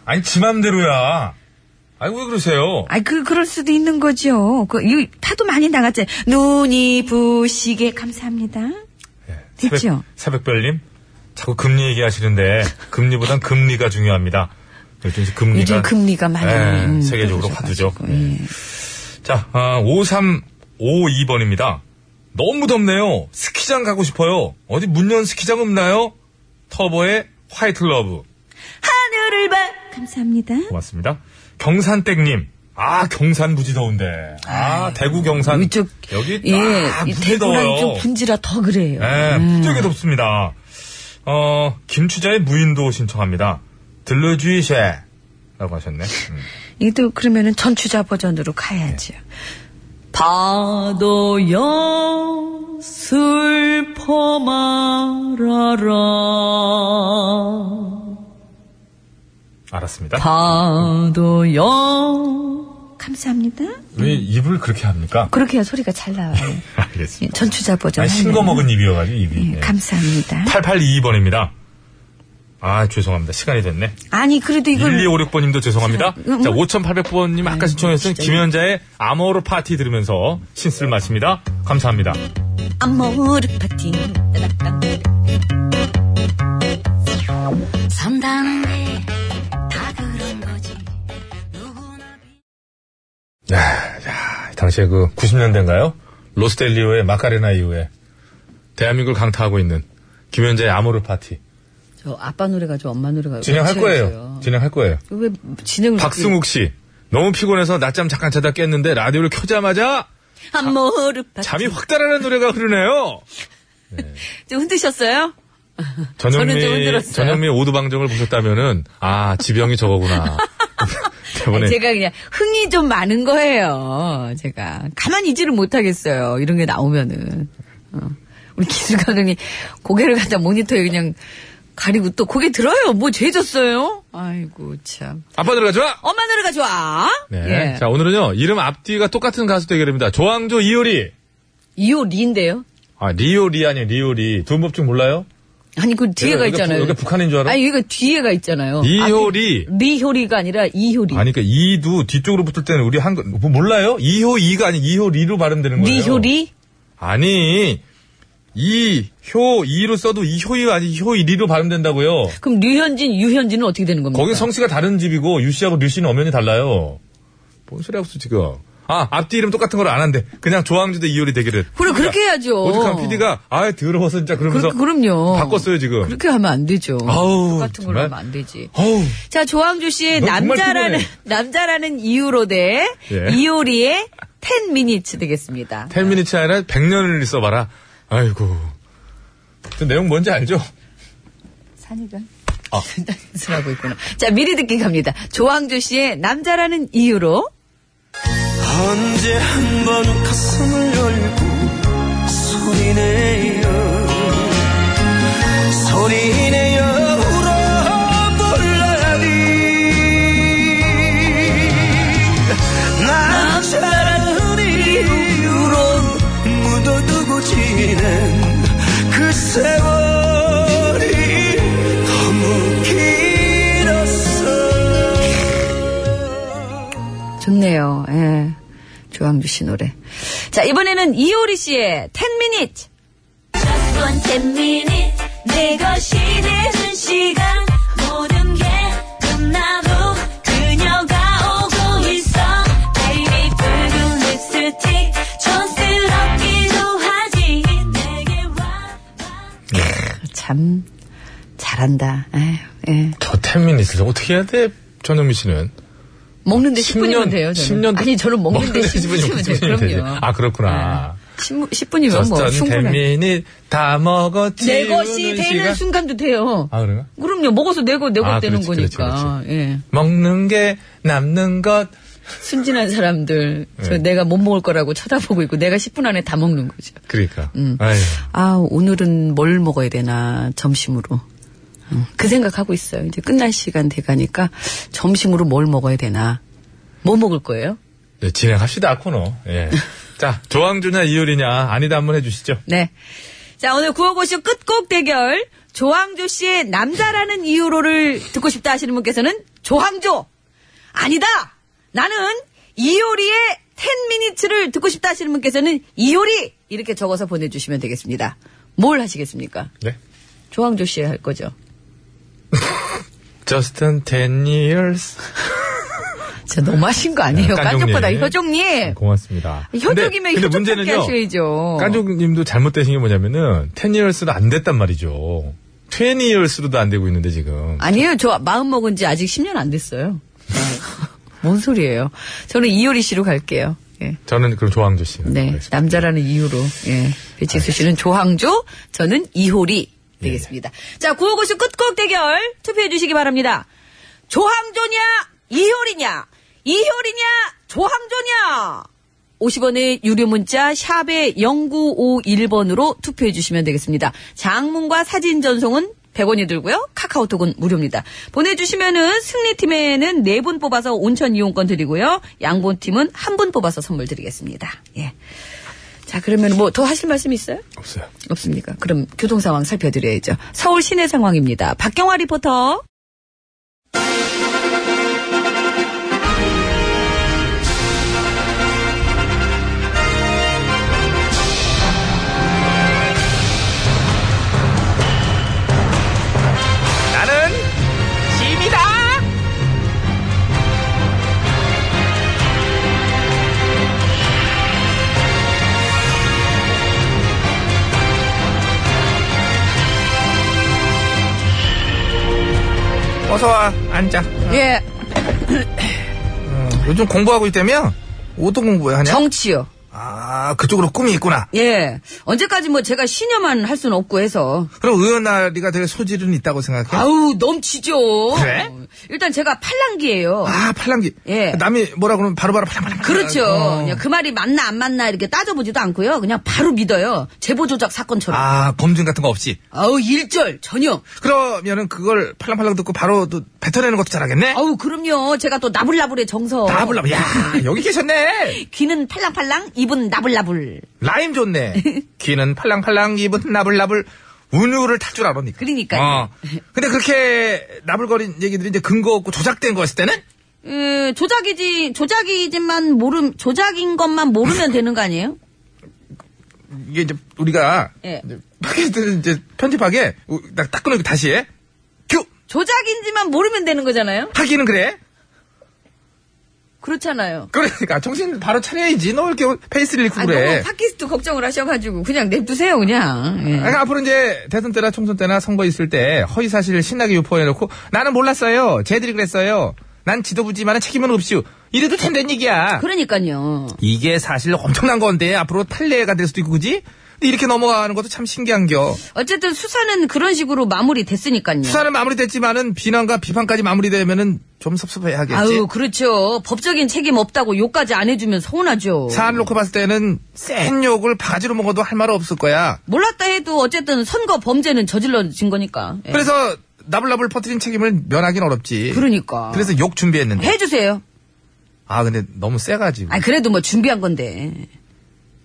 Speaker 3: 아니 지 맘대로야. 아니 왜 그러세요?
Speaker 2: 아이, 그, 그럴 수도 있는 거죠. 그, 이, 타도 많이 나갔지. 눈이 부시게. 감사합니다.
Speaker 3: 네.
Speaker 2: 됐죠?
Speaker 3: 새벽, 별님 자꾸 금리 얘기하시는데 금리보단 금리가 중요합니다. 요즘 이제 금리가
Speaker 2: 요즘 금리가 많이.
Speaker 3: 예,
Speaker 2: 음,
Speaker 3: 세계적으로
Speaker 2: 떨어져가지고. 예.
Speaker 3: 화두죠. 예. 자, 아, 5352번입니다. 너무 덥네요. 스키장 가고 싶어요. 어디 문연 스키장 없나요? 터보의 화이트 러브.
Speaker 2: 하늘을 봐. 감사합니다.
Speaker 3: 고맙습니다. 경산댁님. 아, 경산 무지 더운데. 아, 대구 경산.
Speaker 2: 이쪽
Speaker 3: 여기
Speaker 2: 예,
Speaker 3: 아,
Speaker 2: 이
Speaker 3: 무지
Speaker 2: 대구랑
Speaker 3: 더워요.
Speaker 2: 좀 분지라 더 그래요.
Speaker 3: 예, 무지하게 덥습니다. 어, 김추자의 무인도 신청합니다. 들러주이쉐. 라고 하셨네. 음.
Speaker 2: 이도 그러면은 전추자 버전으로
Speaker 3: 예.
Speaker 2: 가야죠.
Speaker 7: 파도여 슬퍼 말아라
Speaker 3: 알았습니다.
Speaker 7: 파도여
Speaker 2: 감사합니다.
Speaker 3: 왜 입을 그렇게 합니까?
Speaker 2: 그렇게 해야 소리가 잘 나와요. 예,
Speaker 3: 알겠습니다.
Speaker 2: 전추자 버전.
Speaker 3: 아니, 싱거
Speaker 2: 하면은.
Speaker 3: 먹은 입이어가지고, 입이.
Speaker 2: 예, 감사합니다.
Speaker 3: 8822번입니다. 아, 죄송합니다. 시간이 됐네.
Speaker 2: 아니 그래도 이걸
Speaker 3: 1256번님도 죄송합니다.
Speaker 2: 음.
Speaker 3: 자, 5800번님 아까 신청했던 김현자의 아모르 파티 들으면서 신스를 마칩니다. 감사합니다.
Speaker 2: 아모르 파티. 산다는 게 다 그런 거지.
Speaker 3: 야, 야, 당시에 그 90년대인가요? 로스텔리오의 마카레나 이후에 대한민국을 강타하고 있는 김현자의 아모르 파티.
Speaker 7: 저 아빠 노래가 저 엄마 노래가
Speaker 2: 그렇죠,
Speaker 3: 진행할 거예요.
Speaker 7: 외쳐야죠.
Speaker 3: 진행할 거예요.
Speaker 7: 왜 진행을
Speaker 3: 박승욱 씨. 너무 피곤해서 낮잠 잠깐 자다 깼는데 라디오를 켜자마자
Speaker 2: 아모르 파티.
Speaker 3: 잠이 확 달아나는 노래가 흐르네요.
Speaker 2: 좀 흔드셨어요?
Speaker 7: 저는 좀
Speaker 3: 전현미
Speaker 7: 흔들었어요.
Speaker 3: 전현미 오두방정을 보셨다면은 아 지병이 저거구나 때문에.
Speaker 2: 제가 그냥 흥이 좀 많은 거예요. 제가 가만히 있지를 못하겠어요. 이런 게 나오면은 어. 우리 기술 감독님 고개를 갖다 모니터에 그냥 가리고 또 고개 들어요. 뭐 죄졌어요? 아이고 참.
Speaker 3: 아빠 노래가 좋아!
Speaker 2: 엄마 노래가 좋아.
Speaker 3: 네.
Speaker 2: 예.
Speaker 3: 자, 오늘은요, 이름 앞뒤가 똑같은 가수 대결입니다. 조항조, 이효리.
Speaker 2: 이오 리인데요.
Speaker 3: 아, 리오리 아니에요, 리오리. 두음법 중 몰라요?
Speaker 2: 아니 그 뒤에가
Speaker 3: 여기가
Speaker 2: 있잖아요.
Speaker 3: 북- 여기가 북한인 줄 알아?
Speaker 2: 아니 여기가 뒤에가 있잖아요.
Speaker 3: 이효리.
Speaker 2: 앞에 리효리가 아니라 이효리.
Speaker 3: 아니, 그니까, 이도 뒤쪽으로 붙을 때는 우리 한, 거- 뭐 몰라요? 이효, 이가 아니, 이효, 리로 발음되는 거예요.
Speaker 2: 리효리.
Speaker 3: 아니, 이, 효, 이로 써도 이 효이가 아니, 효, 이리로 발음된다고요.
Speaker 2: 그럼 류현진, 유현진은 어떻게 되는 겁니까?
Speaker 3: 거기 성씨가 다른 집이고, 유씨하고 류씨는 엄연히 달라요. 뭔 소리 하고 있어, 지금. 아, 앞뒤 이름 똑같은 걸 안 한대. 그냥 조항주 대 이효리 대결을.
Speaker 2: 그래 그렇게 해야죠.
Speaker 3: 그러니까 오죽한 PD가, 아 더러워서 진짜 그러면서.
Speaker 2: 그, 그럼요.
Speaker 3: 바꿨어요, 지금.
Speaker 2: 그렇게 하면 안 되죠.
Speaker 3: 아우,
Speaker 2: 똑같은 걸로
Speaker 3: 정말.
Speaker 2: 하면 안 되지.
Speaker 3: 어우,
Speaker 2: 자, 조항주 씨의
Speaker 3: 너 정말
Speaker 2: 남자라는,
Speaker 3: 피곤해.
Speaker 2: 남자라는 이유로 대
Speaker 3: 예.
Speaker 2: 이효리의 10 미니츠 되겠습니다.
Speaker 3: 텐미니치 아니라 100년을 써봐라. 아이고. 그 내용 뭔지 알죠?
Speaker 2: 산이가. 아. 하고 있구나. 자, 미리 듣기 갑니다. 조항주 씨의 남자라는 이유로.
Speaker 7: 언제 한 번 가슴을 열고 소리내요 소리내요 울어볼라니 남자란 이유로 묻어두고 지낸 그 세월이 너무 길었어
Speaker 2: 좋네요. 예. 조항주 씨 노래. 자, 이번에는 이효리 씨의 10 미니츠.
Speaker 12: 내 것이 되준 시간 모든 게 끝난 후 그녀가 오고 있어 베이비 붉은 립스틱 촌스럽기도 하지 내게 와
Speaker 2: 참, 잘한다. 에휴, 예.
Speaker 3: 저 텐미니치를 어떻게 해야 돼? 전현미 씨는.
Speaker 2: 먹는데 10분이면
Speaker 3: 10년
Speaker 2: 돼요, 저는.
Speaker 3: 10년
Speaker 2: 아니, 저는 먹는데 10분이면 돼요. 그럼요.
Speaker 3: 아, 그렇구나.
Speaker 2: 10, 분이면
Speaker 3: 저스턴
Speaker 2: 뭐, 충분해.
Speaker 3: 텐미니 다 먹었지.
Speaker 2: 내 것이 되는 순간도 돼요.
Speaker 3: 아, 그래요?
Speaker 2: 그럼요. 먹어서 네 내고, 내고
Speaker 3: 아,
Speaker 2: 되는
Speaker 3: 그렇지,
Speaker 2: 거니까.
Speaker 3: 그렇지,
Speaker 2: 예.
Speaker 3: 먹는 게 남는 것.
Speaker 2: 순진한 사람들. 저
Speaker 3: 예.
Speaker 2: 내가 못 먹을 거라고 쳐다보고 있고, 내가 10분 안에 다 먹는 거죠.
Speaker 3: 그러니까.
Speaker 2: 음.
Speaker 3: 아유.
Speaker 2: 아, 오늘은 뭘 먹어야 되나, 점심으로. 음, 그 생각하고 있어요. 이제 끝날 시간 돼가니까, 점심으로 뭘 먹어야 되나. 뭐 먹을 거예요?
Speaker 3: 네, 진행합시다, 코너. 예. 자, 조항주냐, 이효리냐, 아니다 한번 해주시죠.
Speaker 2: 네. 자, 오늘 구호고쇼 끝곡 대결. 조항조 씨의 남자라는 이유로를 듣고 싶다 하시는 분께서는 조항조! 아니다! 나는 이효리의 10미니츠를 듣고 싶다 하시는 분께서는 이효리! 이렇게 적어서 보내주시면 되겠습니다. 뭘 하시겠습니까?
Speaker 3: 네.
Speaker 2: 조항조 씨 할 거죠.
Speaker 3: Justin 10 years.
Speaker 2: 진짜 너무하신 거 아니에요?
Speaker 3: 음, 깐족님. 네, 아,
Speaker 2: 깐족보다 효종님!
Speaker 3: 고맙습니다.
Speaker 2: 효족이면
Speaker 3: 근데- 근데
Speaker 2: 효족
Speaker 3: 문제는요,
Speaker 2: 함께 하셔야죠.
Speaker 3: 깐족님도 잘못되신 게 뭐냐면은 10 years로 안 됐단 말이죠. 20 years로도 안 되고 있는데 지금.
Speaker 2: 아니에요. 저 마음 먹은 지 아직 10년 안 됐어요.
Speaker 3: 아.
Speaker 2: 뭔 소리예요. 저는 이효리 씨로 갈게요. 예.
Speaker 3: 저는 그럼 조항조 씨.
Speaker 2: 네. 남자라는 이유로. 예. 배치수 씨는 조항조, 저는 이효리 되겠습니다. 자, 구호고수 끝곡 대결 투표해 주시기 바랍니다. 조항조냐, 이효리냐, 이효리냐, 조항조냐! 50원의 유료 문자 샵에 0951번으로 투표해 주시면 되겠습니다. 장문과 사진 전송은 100원이 들고요. 카카오톡은 무료입니다. 보내주시면은 승리팀에는 4분 뽑아서 온천 이용권 드리고요. 양본팀은 1분 뽑아서 선물 드리겠습니다. 예. 자, 그러면 뭐 더 하실 말씀 있어요?
Speaker 3: 없어요.
Speaker 2: 없습니까? 그럼 교통 상황 살펴드려야죠. 서울 시내 상황입니다. 박경화 리포터.
Speaker 9: 나는 짐이다.
Speaker 4: 어서 와, 앉아.
Speaker 2: 예,
Speaker 4: 요즘 공부하고 있다며? 어떤 공부하냐?
Speaker 3: 네?
Speaker 2: 정치요.
Speaker 3: 아, 그쪽으로 꿈이 있구나.
Speaker 2: 예. 언제까지 뭐 제가 신여만 할 수는 없고 해서.
Speaker 3: 그럼 의원 나리가 될 소질은 있다고 생각해?
Speaker 2: 아우, 넘치죠.
Speaker 3: 네? 그래?
Speaker 2: 어, 일단 제가 팔랑기예요
Speaker 3: 아, 팔랑기.
Speaker 2: 예.
Speaker 3: 남이 뭐라 그러면 바로바로 팔랑팔랑.
Speaker 2: 그렇죠.
Speaker 3: 어.
Speaker 2: 그냥 그 말이 맞나 안 맞나 이렇게 따져보지도 않고요. 그냥 바로 믿어요. 제보 조작 사건처럼.
Speaker 3: 아, 검증 같은 거 없이.
Speaker 2: 아우, 일절 전혀.
Speaker 3: 그러면은 그걸 팔랑팔랑 듣고 바로 또 뱉어내는 것도 잘하겠네?
Speaker 2: 아우, 그럼요. 제가 또 나불나불의 정서.
Speaker 3: 나불나불. 야, 여기 계셨네.
Speaker 2: 귀는 팔랑팔랑, 입은 나불나불.
Speaker 3: 라임 좋네. 귀는 팔랑팔랑, 입은 나불나불. 운율을 탈 줄 알았니까.
Speaker 2: 그러니까요.
Speaker 3: 어. 근데 그렇게 나불거린 얘기들이 이제 근거 없고 조작된 거였을 때는?
Speaker 2: 에, 그, 조작이지, 조작이지만 모름, 조작인 것만 모르면 되는 거 아니에요?
Speaker 3: 이게 이제 우리가
Speaker 2: 예.
Speaker 3: 이제 팟캐스트는 이제 편집하게 우- 나딱 끊어놓고 다시 해. 큐!
Speaker 2: 조작인지만 모르면 되는 거잖아요?
Speaker 3: 하기는 그래.
Speaker 2: 그렇잖아요.
Speaker 3: 그러니까 정신 바로 차려야지. 너 이렇게 페이스를 잃고
Speaker 2: 아,
Speaker 3: 그래.
Speaker 2: 너무 팟캐스트 걱정을 하셔가지고 그냥 냅두세요 그냥. 예.
Speaker 3: 그러니까 앞으로 이제 대선 때나 총선 때나 선거 있을 때 허위 사실을 신나게 유포해놓고 나는 몰랐어요. 쟤들이 그랬어요. 난 지도부지만 책임은 없이요. 이래도 된다는 얘기야.
Speaker 2: 그러니까요.
Speaker 3: 이게 사실 엄청난 건데 앞으로 탈례가 될 수도 있고 그지? 근데 이렇게 넘어가는 것도 참 신기한겨.
Speaker 2: 어쨌든 수사는 그런 식으로 마무리 됐으니까요.
Speaker 3: 수사는 마무리됐지만은 비난과 비판까지 마무리되면은 좀 섭섭해 하겠지.
Speaker 2: 아유 그렇죠. 법적인 책임 없다고 욕까지 안 해주면 서운하죠.
Speaker 3: 사안을 놓고 봤을 때는 센 욕을 바지로 먹어도 할 말은 없을 거야.
Speaker 2: 몰랐다 해도 어쨌든 선거 범죄는 저질러진 거니까. 예.
Speaker 3: 그래서 나불나불 퍼뜨린 책임을 면하긴 어렵지.
Speaker 2: 그러니까.
Speaker 3: 그래서 욕 준비했는데.
Speaker 2: 해주세요.
Speaker 3: 아 근데 너무 세가지고
Speaker 2: 아 그래도 뭐 준비한 건데.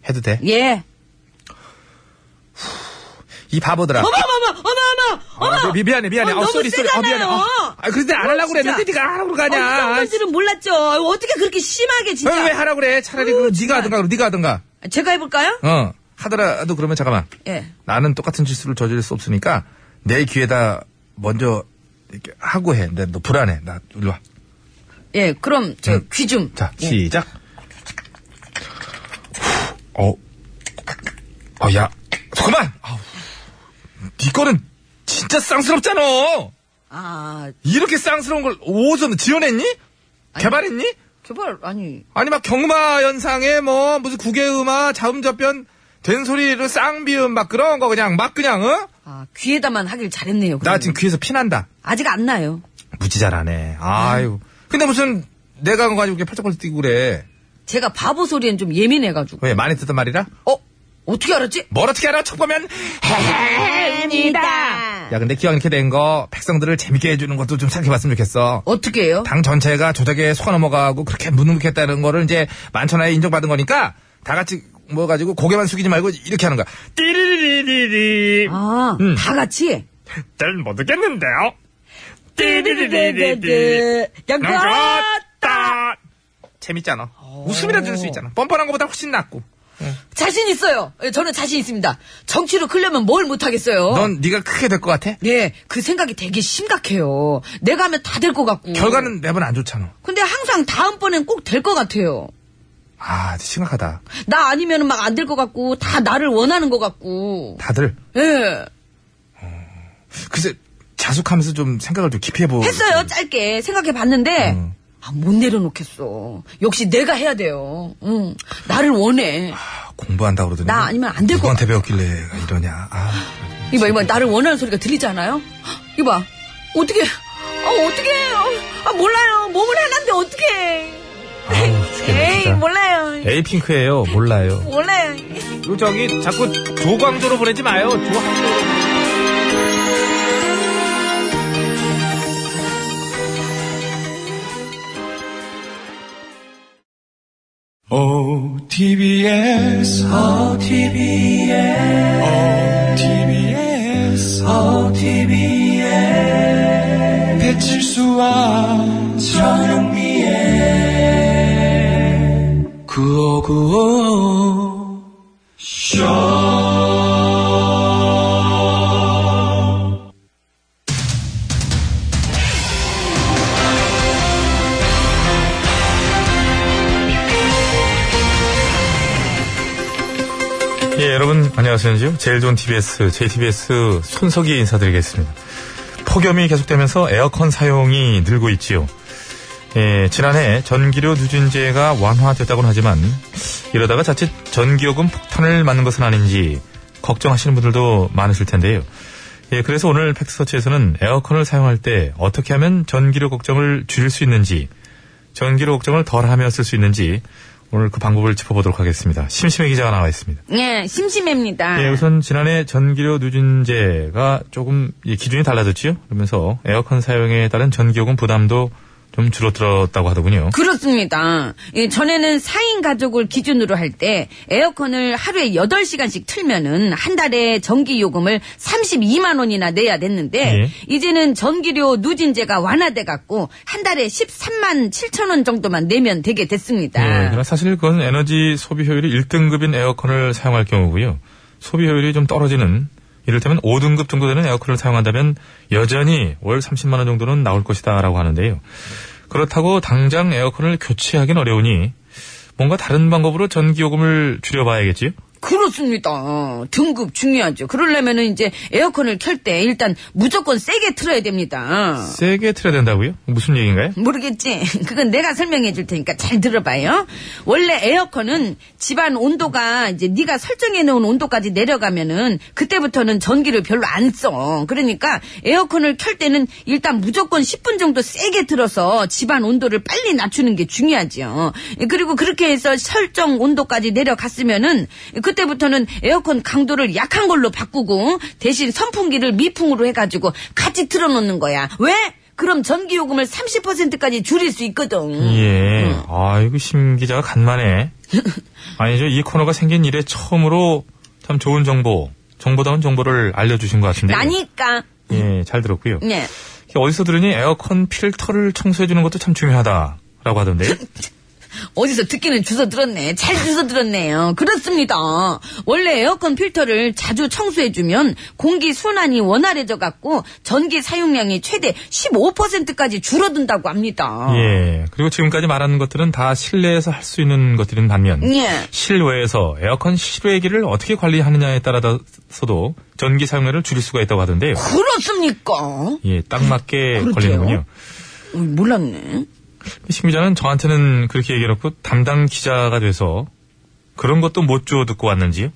Speaker 3: 해도 돼?
Speaker 2: 예.
Speaker 3: 이 바보들아.
Speaker 2: 어머 어머 어머 어머 어머.
Speaker 3: 아, 미- 미안해 미안해. 아,
Speaker 2: 어머, 너무
Speaker 3: 쏘리 쏘리. 아 미안해.
Speaker 2: 세잖아요.
Speaker 3: 아, 아, 그런데 안 하려고
Speaker 2: 진짜.
Speaker 3: 그랬는데 네가 하라고
Speaker 2: 어, 이런
Speaker 3: 그러냐.
Speaker 2: 건지는 몰랐죠. 아유, 어떻게 그렇게 심하게 진짜.
Speaker 3: 왜, 왜 하라고 그래? 차라리
Speaker 2: 아유,
Speaker 3: 그럼
Speaker 2: 정말.
Speaker 3: 네가 하든가 그럼 네가 하든가.
Speaker 2: 제가 해볼까요?
Speaker 3: 어 하더라도 그러면 잠깐만.
Speaker 2: 예.
Speaker 3: 나는 똑같은 실수를 저질 수 없으니까 내 귀에다 먼저 이렇게 하고 해. 근데 너 불안해. 나 일로 와.
Speaker 2: 예, 그럼 저
Speaker 3: 음.
Speaker 2: 귀 좀.
Speaker 3: 자,
Speaker 2: 예.
Speaker 3: 시작. 어, 어, 야, 그만! 아우. 네 거는 진짜 쌍스럽잖아!
Speaker 2: 아,
Speaker 3: 이렇게 쌍스러운 걸 오전 지어냈니? 개발했니?
Speaker 2: 개발 아니.
Speaker 3: 아니, 막 경마 연상에 뭐, 무슨 국외음화, 자음접변, 된소리로 쌍비음 막 그런 거 그냥, 막 그냥, 어?
Speaker 2: 아, 귀에다만 하길 잘했네요.
Speaker 3: 나
Speaker 2: 그러면.
Speaker 3: 지금 귀에서 피난다.
Speaker 2: 아직 안 나요.
Speaker 3: 무지 잘하네. 아유. 근데 무슨, 내가 그거 가지고 이렇게 팔짝팔짝 뛰고 그래.
Speaker 2: 제가 바보 소리엔 좀 예민해가지고.
Speaker 3: 왜, 많이 듣던 말이라?
Speaker 2: 어? 어떻게 알았지?
Speaker 3: 뭘 어떻게 알아? 척 보면
Speaker 2: 입니다.
Speaker 3: 야 근데 기왕 이렇게 된 거 백성들을 재밌게 해주는 것도 좀 생각해봤으면 좋겠어.
Speaker 2: 어떻게 해요?
Speaker 3: 당 전체가 조작에 속아 넘어가고 그렇게 무능했다는 거를 이제 만천하에 인정받은 거니까 다 같이 뭐 가지고 고개만 숙이지 말고 이렇게 하는 거야. 띠리리리리.
Speaker 2: 아, 다 같이.
Speaker 13: 잘못 듣겠는데요.
Speaker 2: 띠리리리리리. 양파.
Speaker 3: 좋았다. 재밌잖아. 웃음이라 들을 수 있잖아. 뻔뻔한 것보다 훨씬 낫고.
Speaker 2: 자신 있어요. 예, 저는 자신 있습니다. 정치로 크려면 뭘 못하겠어요.
Speaker 3: 넌 네가 크게 될 것 같아?
Speaker 2: 예, 그 생각이 되게 심각해요. 내가 하면 다 될 것 같고.
Speaker 3: 결과는 매번 안 좋잖아.
Speaker 2: 근데 항상 다음번엔 꼭 될 것 같아요.
Speaker 3: 아, 심각하다.
Speaker 2: 나 아니면 막 안 될 것 같고, 다 나를 원하는 것 같고.
Speaker 3: 다들
Speaker 2: 예.
Speaker 3: 글쎄 자숙하면서 좀 생각을 좀 깊이
Speaker 14: 뭐
Speaker 3: 해보.
Speaker 2: 했어요,
Speaker 14: 그렇죠.
Speaker 2: 짧게. 생각해 봤는데,
Speaker 14: 음.
Speaker 2: 아, 못 내려놓겠어. 역시 내가 해야 돼요. 응. 나를 원해.
Speaker 3: 공부한다 그러더니.
Speaker 2: 나 아니면 안될
Speaker 3: 누구한테 배웠길래 이러냐. 아,
Speaker 2: 이봐, 이봐. 나를 원하는 소리가 들리지 않아요? 헉, 이봐. 어떻게, 아, 어떻게, 아, 몰라요. 몸을 해놨는데 어떻게.
Speaker 14: 아우, 죽겠네,
Speaker 2: 에이,
Speaker 14: 진짜.
Speaker 2: 몰라요.
Speaker 14: 에이핑크예요. 몰라요.
Speaker 2: 몰라요.
Speaker 13: 요 저기 자꾸 조광조로 보내지 마요. 조광조.
Speaker 7: 어, OTBS, 어, OTBS, 어, OTBS, OTBS, 배칠수와 전용미의 구호구호 쇼.
Speaker 14: 예, 여러분 안녕하세요. 제일 좋은 TBS, JTBS 손석희 인사드리겠습니다. 폭염이 계속되면서 에어컨 사용이 늘고 있지요.
Speaker 3: 예, 지난해 전기료 누진제가 완화됐다고는 하지만 이러다가 자칫 전기요금 폭탄을 맞는 것은 아닌지 걱정하시는 분들도 많으실 텐데요. 예, 그래서 오늘 팩트서치에서는 에어컨을 사용할 때 어떻게 하면 전기료 걱정을 줄일 수 있는지, 전기료 걱정을 덜하며 쓸 수 있는지 오늘 그 방법을 짚어보도록 하겠습니다. 심심해 기자가 나와 있습니다.
Speaker 2: 예, 심심합니다.
Speaker 3: 예, 우선 지난해 전기료 누진제가 조금 이 기준이 달라졌지요. 그러면서 에어컨 사용에 따른 전기요금 부담도 좀 줄어들었다고 하더군요.
Speaker 2: 그렇습니다. 예, 전에는 4인 가족을 기준으로 할 때 에어컨을 하루에 8시간씩 틀면은 한 달에 전기 요금을 32만 원이나 내야
Speaker 3: 예.
Speaker 2: 됐는데 이제는 전기료 누진제가 완화돼 갖고 한 달에 13만 7천 원 정도만 내면 되게 됐습니다.
Speaker 3: 예, 그러나 사실 그건 에너지 소비 효율이 1등급인 에어컨을 사용할 경우고요. 소비 효율이 좀 떨어지는 이를테면 5등급 정도 되는 에어컨을 사용한다면 여전히 월 30만 원 정도는 나올 것이다라고 하는데요. 그렇다고 당장 에어컨을 교체하긴 어려우니 뭔가 다른 방법으로 전기 요금을 줄여봐야겠지요.
Speaker 2: 그렇습니다. 등급 중요하죠. 그러려면은 이제 에어컨을 켤 때 일단 무조건 세게 틀어야 됩니다.
Speaker 3: 세게 틀어야 된다고요? 무슨 얘기인가요?
Speaker 2: 모르겠지? 그건 내가 설명해 줄 테니까 잘 들어봐요. 원래 에어컨은 집안 온도가 이제 네가 설정해 놓은 온도까지 내려가면은 그때부터는 전기를 별로 안 써. 그러니까 에어컨을 켤 때는 일단 무조건 10분 정도 세게 틀어서 집안 온도를 빨리 낮추는 게 중요하지요. 그리고 그렇게 해서 설정 온도까지 내려갔으면은 그때부터는 에어컨 강도를 약한 걸로 바꾸고 대신 선풍기를 미풍으로 해가지고 같이 틀어놓는 거야. 왜? 그럼 전기요금을 30%까지 줄일 수 있거든.
Speaker 3: 예.
Speaker 2: 음.
Speaker 3: 아, 이거 심 기자가 간만에. 아니죠. 이 코너가 생긴 이래 처음으로 참 좋은 정보, 정보다운 정보를 알려주신 것 같은데.
Speaker 2: 나니까.
Speaker 3: 예, 잘 들었고요.
Speaker 2: 네.
Speaker 3: 어디서 들으니 에어컨 필터를 청소해주는 것도 참 중요하다라고 하던데요.
Speaker 2: 어디서 듣기는 주워 들었네. 잘 주워 들었네요. 그렇습니다. 원래 에어컨 필터를 자주 청소해주면 공기 순환이 원활해져 갖고 전기 사용량이 최대 15%까지 줄어든다고 합니다.
Speaker 3: 예. 그리고 지금까지 말하는 것들은 다 실내에서 할 수 있는 것들인 반면
Speaker 2: 예.
Speaker 3: 실외에서 에어컨 실외기를 어떻게 관리하느냐에 따라서도 전기 사용량을 줄일 수가 있다고 하던데요.
Speaker 2: 그렇습니까?
Speaker 3: 예, 딱 맞게
Speaker 2: 그렇대요.
Speaker 3: 걸리는군요.
Speaker 2: 어, 몰랐네.
Speaker 3: 심 기자는 저한테는 그렇게 얘기해놓고 담당 기자가 돼서 그런 것도 못 주워 듣고 왔는지요?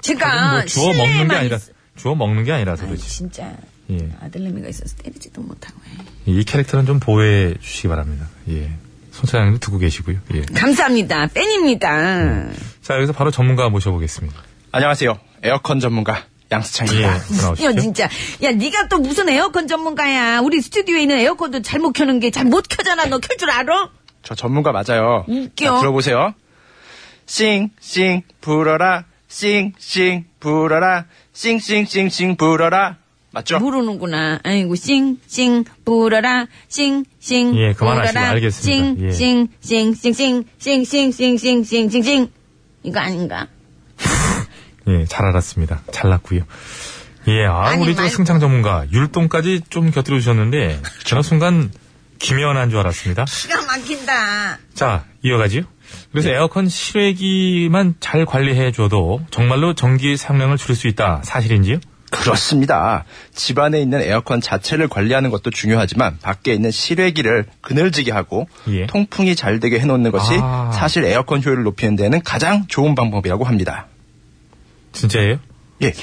Speaker 2: 제가
Speaker 3: 뭐 주워
Speaker 2: 실내에만
Speaker 3: 먹는 게 아니라
Speaker 2: 있-
Speaker 3: 주워 먹는 게 아니라서
Speaker 2: 아이,
Speaker 3: 그렇지.
Speaker 2: 진짜
Speaker 3: 예.
Speaker 2: 아들내미가 있어서 때리지도 못하고 해.
Speaker 3: 이 캐릭터는 좀 보호해 주시기 바랍니다. 예. 손차장님도 듣고 계시고요. 예.
Speaker 2: 감사합니다. 팬입니다.
Speaker 3: 자, 여기서 바로 전문가 모셔보겠습니다.
Speaker 9: 안녕하세요. 에어컨 전문가
Speaker 3: 예.
Speaker 9: 양수창입니다.
Speaker 2: 야
Speaker 3: 나오시죠.
Speaker 2: 진짜 야 네가 또 무슨 에어컨 전문가야 우리 스튜디오에 있는 에어컨도 잘못 켜는 게 잘 못 켜잖아 너 켤 줄 알아?
Speaker 9: 저 전문가 맞아요.
Speaker 2: 웃겨.
Speaker 9: 자, 들어보세요. 싱싱 불어라 싱싱 불어라 싱싱싱싱 불어라 맞죠?
Speaker 2: 모르는구나 아이고 싱싱 불어라 싱싱
Speaker 3: 예, 그만하시고 알겠습니다. 예.
Speaker 2: 싱싱싱싱싱싱싱싱싱싱싱싱 이거 아닌가?
Speaker 3: 예, 잘 알았습니다. 잘났고요. 예, 아,
Speaker 2: 아니,
Speaker 3: 우리 저
Speaker 2: 말고.
Speaker 3: 승창 전문가 율동까지 좀 곁들여 주셨는데 저는 순간 김연한 줄 알았습니다.
Speaker 2: 기가 막힌다
Speaker 3: 자, 이어가지요. 그래서 에어컨 실외기만 잘 관리해 줘도 정말로 전기 사용량을 줄일 수 있다. 사실인지요?
Speaker 9: 그렇습니다. 집 안에 있는 에어컨 자체를 관리하는 것도 중요하지만 밖에 있는 실외기를 그늘지게 하고
Speaker 3: 예.
Speaker 9: 통풍이 잘 되게 해놓는 것이
Speaker 3: 아.
Speaker 9: 사실 에어컨 효율을 높이는 데는 가장 좋은 방법이라고 합니다.
Speaker 3: 진짜예요?
Speaker 9: 예.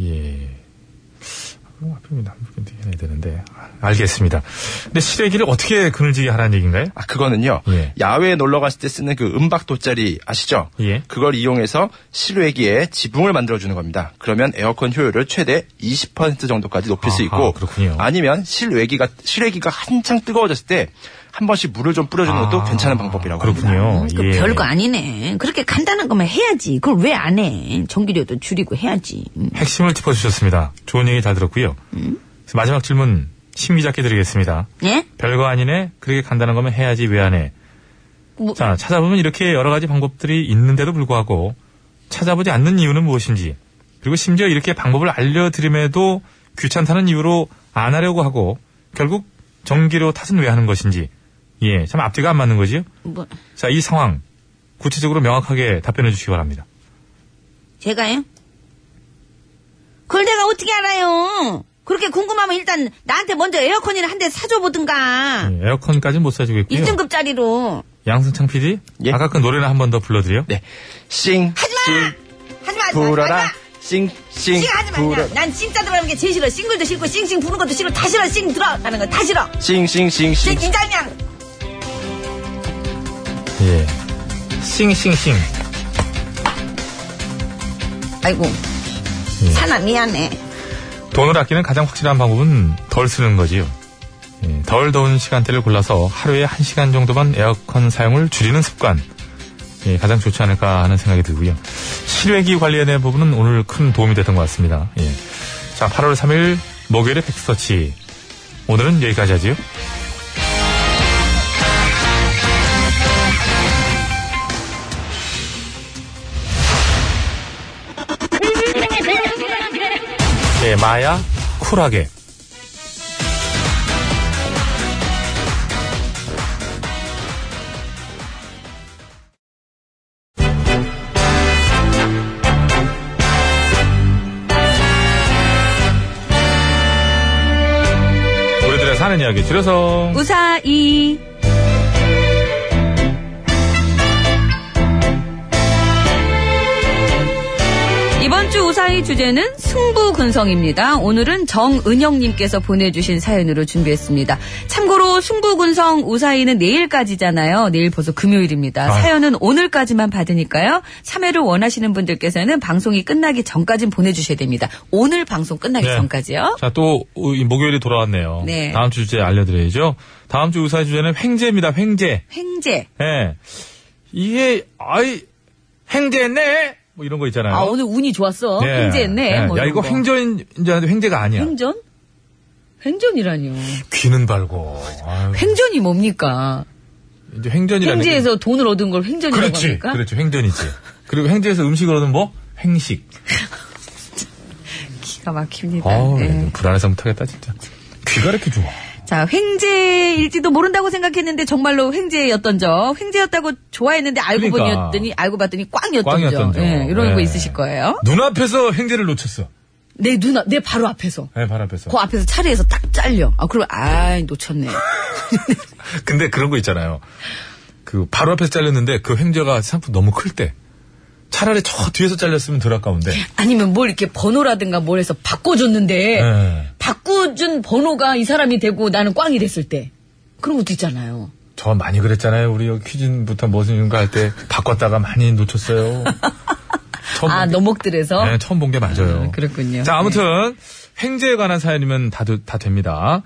Speaker 3: 예. 어, 하필이면 남북인데 해야 되는데. 아, 알겠습니다. 근데 실외기를 어떻게 그늘지게 하라는 얘기인가요?
Speaker 9: 아, 그거는요.
Speaker 3: 예.
Speaker 9: 야외에 놀러 갔을 때 쓰는 그 은박 돗자리 아시죠?
Speaker 3: 예.
Speaker 9: 그걸 이용해서 실외기에 지붕을 만들어 주는 겁니다. 그러면 에어컨 효율을 최대 20% 정도까지 높일 수
Speaker 3: 아하,
Speaker 9: 있고
Speaker 3: 그렇군요.
Speaker 9: 아니면 실외기가 실외기가 한창 뜨거워졌을 때 한 번씩 물을 좀 뿌려 주는 것도
Speaker 3: 아,
Speaker 9: 괜찮은 방법이라고 합니다.
Speaker 3: 그렇군요.
Speaker 2: 그
Speaker 3: 예.
Speaker 2: 별거 아니네 그렇게 간단한 것만 해야지 그걸 왜 안 해 전기료도 줄이고 해야지 음.
Speaker 3: 핵심을 짚어주셨습니다. 좋은 얘기 잘 들었고요. 그래서 마지막 질문 심기자께 드리겠습니다.
Speaker 2: 예?
Speaker 3: 별거 아니네. 그렇게 간다는 거면 해야지 왜 안 해?
Speaker 2: 뭐-
Speaker 3: 자 찾아보면 이렇게 여러 가지 방법들이 있는데도 불구하고 찾아보지 않는 이유는 무엇인지 그리고 심지어 이렇게 방법을 알려드림에도 귀찮다는 이유로 안 하려고 하고 결국 전기료 탓은 왜 하는 것인지 예 참 앞뒤가 안 맞는 거지요.
Speaker 2: 뭐
Speaker 3: 자 이 상황 구체적으로 명확하게 답변해 주시기 바랍니다.
Speaker 2: 제가요? 그걸 내가 어떻게 알아요? 그렇게 궁금하면 일단 나한테 먼저 에어컨이나 한 대 사줘보든가.
Speaker 9: 음.
Speaker 3: 예, 에어컨까지는 못 사주겠고요.
Speaker 2: 그- 1등급짜리로.
Speaker 3: 양승창 PD?
Speaker 9: 예.
Speaker 3: 아까 그 노래를 한 번 더 불러드려.
Speaker 9: 네. 싱, 싱,
Speaker 2: 하지마, 하지마,
Speaker 9: 불어라.
Speaker 2: 하지마.
Speaker 9: 싱, 싱,
Speaker 2: 싱 하지마,
Speaker 9: 불어라.
Speaker 2: 그냥. 난 싱짜 들어가는 게 제일 싫어. 싱글도 싫고, 싱싱 부는 것도 싫어. 다 싫어, 싱 들어가는 거 다 싫어.
Speaker 9: 싱, 싱, 싱, 싱.
Speaker 2: 싱, 인간냥.
Speaker 3: 예. 싱싱싱.
Speaker 2: 아이고.
Speaker 9: 음.
Speaker 2: 사나 미안해.
Speaker 3: 돈을 아끼는 가장 확실한 방법은 덜 쓰는 거지요. 예, 덜 더운 시간대를 골라서 하루에 한시간 정도만 에어컨 사용을 줄이는 습관. 예, 가장 좋지 않을까 하는 생각이 들고요. 실외기 관리에 대한 부분은 오늘 큰 도움이 됐던 것 같습니다. 예. 자, 8월 3일 목요일의 팩스터치. 오늘은 여기까지 하지요. 예, 마야 쿨하게. 우리들의 사는 이야기 줄여서
Speaker 15: 우사이. 이번 주 우사이 주제는 승부군성입니다. 오늘은 정은영님께서 보내주신 사연으로 준비했습니다. 참고로 승부군성 우사이는 내일까지잖아요. 내일 벌써 금요일입니다. 사연은 오늘까지만 받으니까요. 참여를 원하시는 분들께서는 방송이 끝나기 전까진 보내주셔야 됩니다. 오늘 방송 끝나기
Speaker 3: 네.
Speaker 15: 전까지요.
Speaker 3: 자, 또, 어, 이 목요일이 돌아왔네요.
Speaker 15: 네.
Speaker 3: 다음 주 주제 알려드려야죠. 다음 주 의사의 주제는 횡재입니다, 횡재.
Speaker 15: 횡재.
Speaker 3: 예. 이게, 아이, 횡재했네? 뭐 이런 거 있잖아요.
Speaker 15: 아, 오늘 운이 좋았어.
Speaker 3: 예.
Speaker 15: 횡재했네.
Speaker 3: 예.
Speaker 15: 뭐
Speaker 3: 야,
Speaker 15: 이런
Speaker 3: 이거
Speaker 15: 거.
Speaker 3: 횡재인 줄 알았는데 횡재가 아니야.
Speaker 15: 횡전? 횡전이라니요.
Speaker 3: 귀는 발고. 아유,
Speaker 15: 횡전이 뭡니까?
Speaker 3: 이제 횡전이라는 게-
Speaker 15: 횡재에서 돈을 얻은 걸 횡전이라고
Speaker 3: 그렇지.
Speaker 15: 합니까?
Speaker 3: 그렇지. 횡전이지. 그리고 횡재에서 음식을 얻으면 뭐? 횡식.
Speaker 15: 기가 막힙니다.
Speaker 3: 아우, 네,
Speaker 15: 예.
Speaker 3: 불안해서 못하겠다, 진짜. 귀가 이렇게 좋아.
Speaker 15: 자, 횡재일지도 모른다고 생각했는데 정말로 횡재였던 점, 횡재였다고 좋아했는데 알고
Speaker 3: 그러니까.
Speaker 15: 보니 알고 봤더니 꽝이었던,
Speaker 3: 꽝이었던 점.
Speaker 15: 예, 이런 거
Speaker 3: 예.
Speaker 15: 있으실 거예요.
Speaker 3: 눈앞에서 횡재를 놓쳤어.
Speaker 15: 내 눈앞, 내 바로 앞에서.
Speaker 3: 예, 발 앞에서.
Speaker 15: 그 앞에서 차례에서 딱 잘려. 아, 그럼, 아이, 놓쳤네.
Speaker 3: 근데 그런 거 있잖아요. 그 바로 앞에서 잘렸는데 그 횡재가 상품 너무 클 때. 차라리 저 뒤에서 잘렸으면 덜 아까운데.
Speaker 15: 아니면 뭘 이렇게 번호라든가 뭘 해서 바꿔줬는데,
Speaker 3: 예.
Speaker 15: 바꿔준 번호가 이 사람이 되고 나는 꽝이 됐을 때. 그런 것도 있잖아요.
Speaker 3: 저 많이 그랬잖아요. 우리 여기 퀴즈부터 뭐든가 할 때 바꿨다가 많이 놓쳤어요. 처음
Speaker 15: 아,
Speaker 3: 본 게-
Speaker 15: 너목들에서?
Speaker 3: 네, 처음 본 게 맞아요.
Speaker 15: 아, 그렇군요. 네.
Speaker 3: 자, 아무튼 횡재에 관한 사연이면 다, 되- 다 됩니다.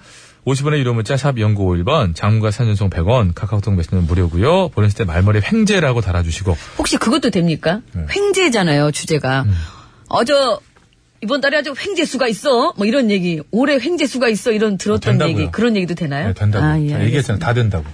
Speaker 3: 50원의 유료 문자 샵 0951번 장문과 사연송 100원 카카오톡 메시지는 무료고요. 보냈을 때 말머리 횡재라고 달아주시고
Speaker 15: 혹시 그것도 됩니까?
Speaker 3: 네.
Speaker 15: 횡재잖아요, 주제가.
Speaker 3: 음.
Speaker 15: 어저, 이번 달에 아주 횡재수가 있어. 뭐 이런 얘기. 올해 횡재수가 있어. 이런 들었던
Speaker 3: 된다고요.
Speaker 15: 얘기. 그런 얘기도 되나요?
Speaker 3: 네, 된다고
Speaker 15: 아, 예,
Speaker 3: 제가
Speaker 15: 알겠습니다.
Speaker 3: 얘기했잖아요. 다 된다고.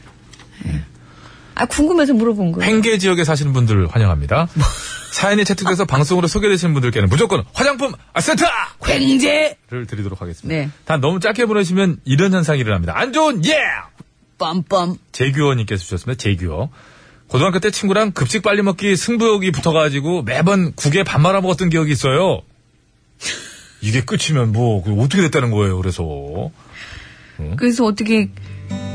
Speaker 15: 아, 궁금해서 물어본 거예요.
Speaker 3: 횡계 지역에 사시는 분들 환영합니다.
Speaker 15: 뭐.
Speaker 3: 사연이 채택돼서 방송으로 소개되시는 분들께는 무조건 화장품 아, 세트!
Speaker 15: 횡재!
Speaker 3: 를 드리도록 하겠습니다.
Speaker 15: 네.
Speaker 3: 단 너무 짧게 보내시면 이런 현상이 일어납니다. 안 좋은 예!
Speaker 15: 빰빰.
Speaker 3: 재규어님께서 주셨습니다. 재규어. 고등학교 때 친구랑 급식 빨리 먹기 승부욕이 붙어가지고 매번 국에 밥 말아 먹었던 기억이 있어요. 이게 끝이면 뭐 그게 어떻게 됐다는 거예요. 그래서
Speaker 15: 그래서 어떻게,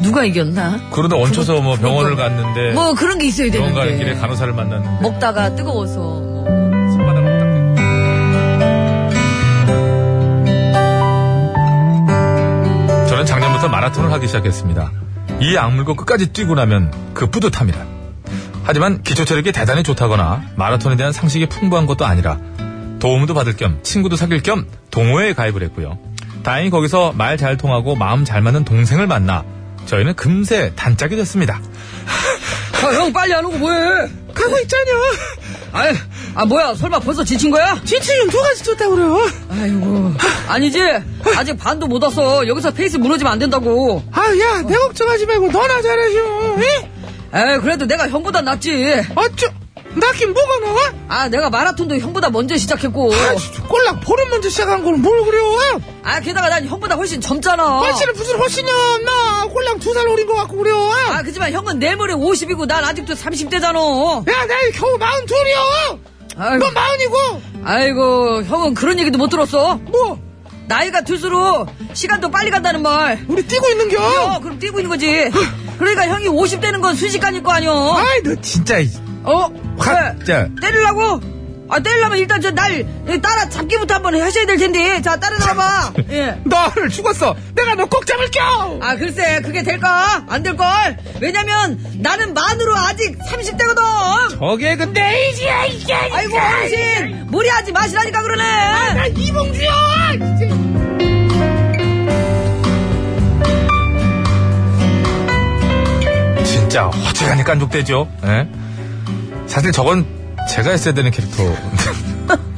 Speaker 15: 누가 이겼나?
Speaker 3: 그러다 음. 얹혀서 뭐 병원을 갔는데
Speaker 15: 뭐 그런 게 있어야
Speaker 3: 병원 가는 길에
Speaker 15: 되는데.
Speaker 3: 간호사를 만났는데
Speaker 15: 먹다가 뜨거워서. 뭐.
Speaker 3: 손바닥을 딱 대고 저는 작년부터 마라톤을 하기 시작했습니다. 이 악물고 끝까지 뛰고 나면 그 뿌듯함이라. 하지만 기초 체력이 대단히 좋다거나 마라톤에 대한 상식이 풍부한 것도 아니라 도움도 받을 겸 친구도 사귈 겸 동호회에 가입을 했고요. 다행히 거기서 말 잘 통하고 마음 잘 맞는 동생을 만나 저희는 금세 단짝이 됐습니다.
Speaker 15: 아, 형 빨리 안 오고 뭐해? 가고 있잖여. 아, 아 뭐야? 설마 벌써 지친 거야? 지치긴 두 가지 줬다 그래요. 아이고. 아니지. 아직 반도 못 왔어. 여기서 페이스 무너지면 안 된다고.
Speaker 10: 아, 야, 내 걱정하지 말고 너나 잘해줘. 에?
Speaker 15: 에 그래도 내가 형보다 낫지.
Speaker 10: 어쭈? 나긴 뭐가 나와?
Speaker 15: 아 내가 마라톤도 형보다 먼저 시작했고.
Speaker 10: 아, 진짜 꼴랑 보름 먼저 시작한 걸 뭘 그려?
Speaker 15: 아 게다가 난 형보다 훨씬 젊잖아.
Speaker 10: 훨씬은 무슨 훨씬이야? 나 꼴랑 두 살 어린 것 같고 그려.
Speaker 15: 아 그지만 형은 내물에 50이고 난 아직도 30대잖아.
Speaker 10: 야, 나 겨우 마흔 둘이야.
Speaker 15: 아이고,
Speaker 10: 넌 마흔이고.
Speaker 15: 아이고 형은 그런 얘기도 못 들었어?
Speaker 10: 뭐?
Speaker 15: 나이가 들수록 시간도 빨리 간다는 말.
Speaker 7: 우리 뛰고 있는겨.
Speaker 15: 어, 그럼 뛰고 있는 거지. 그러니까 형이 50 되는 건 순식간일 거 아니오.
Speaker 7: 아이 너 진짜 이-
Speaker 15: 어?
Speaker 7: 확,
Speaker 15: 왜?
Speaker 7: 자.
Speaker 15: 때리려고? 아, 때리려면 일단 저 날 따라 잡기부터 한번 하셔야 될 텐데. 자, 따라잡아봐. 예.
Speaker 7: 너를 죽었어. 내가 너 꼭 잡을겨.
Speaker 15: 아, 글쎄, 그게 될까? 안 될걸? 왜냐면 나는 만으로 아직 30대거든!
Speaker 7: 저게 근데 이제 이게
Speaker 15: 아이고, 어르신! 무리하지 마시라니까 그러네!
Speaker 7: 이봉주야.
Speaker 3: 진짜 허지간히 깐족되죠. 예? 사실 저건 제가 했어야 되는 캐릭터.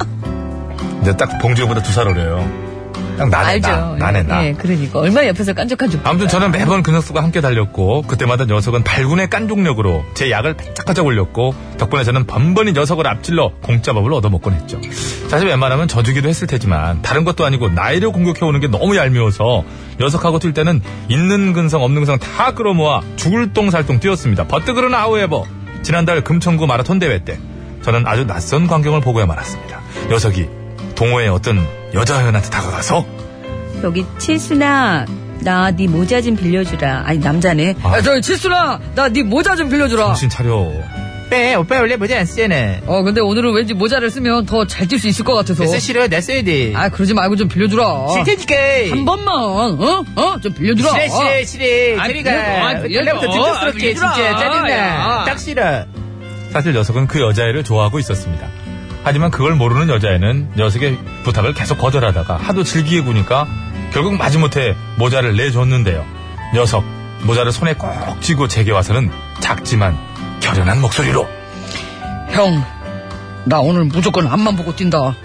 Speaker 3: 근데 딱 봉주보다 두 살 어려요. 딱 나네 나. 나네 나.
Speaker 15: 그러니까. 얼마 옆에서 깐족깐족.
Speaker 3: 아무튼 저는 매번 그 녀석과 함께 달렸고 그때마다 녀석은 발군의 깐족력으로 제 약을 반짝반짝 올렸고 덕분에 저는 번번이 녀석을 앞질러 공짜밥을 얻어먹곤 했죠. 사실 웬만하면 져주기도 했을 테지만 다른 것도 아니고 나이를 공격해오는 게 너무 얄미워서 녀석하고 뛸 때는 있는 근성 없는 근성 다 끌어모아 죽을 똥살똥 뛰었습니다. 버뜨그른 아우에버 지난달 금천구 마라톤 대회 때 저는 아주 낯선 광경을 보고야 말았습니다. 녀석이 동호회 어떤 여자 회원한테 다가가서
Speaker 15: 여기 칠순아. 나 네 모자 좀 빌려주라. 아니 남자네.
Speaker 3: 아.
Speaker 15: 야, 저 칠순아, 나 네 모자 좀 빌려주라.
Speaker 3: 정신 차려
Speaker 7: 빼 오빠 원래 모자 안 쓰잖아.
Speaker 15: 어, 근데 오늘은 왠지 모자를 쓰면 더 잘 뛸 수 있을 것 같아서.
Speaker 7: 싫어 나 써야 돼.
Speaker 15: 아, 그러지 말고 좀 빌려주라.
Speaker 7: 테니까.
Speaker 15: 한 번만, 어? 어? 좀 빌려주라.
Speaker 7: 싫어 싫어 싫어.
Speaker 15: 아,
Speaker 7: 저리가
Speaker 15: 그래도, 아, 그래도.
Speaker 7: 원래부터
Speaker 15: 아,
Speaker 7: 등짝스럽게
Speaker 15: 얘들아.
Speaker 7: 진짜 짜증나.
Speaker 15: 야.
Speaker 7: 딱 싫어.
Speaker 3: 사실 녀석은 그 여자애를 좋아하고 있었습니다. 하지만 그걸 모르는 여자애는 녀석의 부탁을 계속 거절하다가 하도 질기게 구니까 결국 마지못해 모자를 내줬는데요. 녀석, 모자를 손에 꼭 쥐고 제게 와서는 작지만 결연한 목소리로
Speaker 15: 형, 나 오늘 무조건 앞만 보고 뛴다.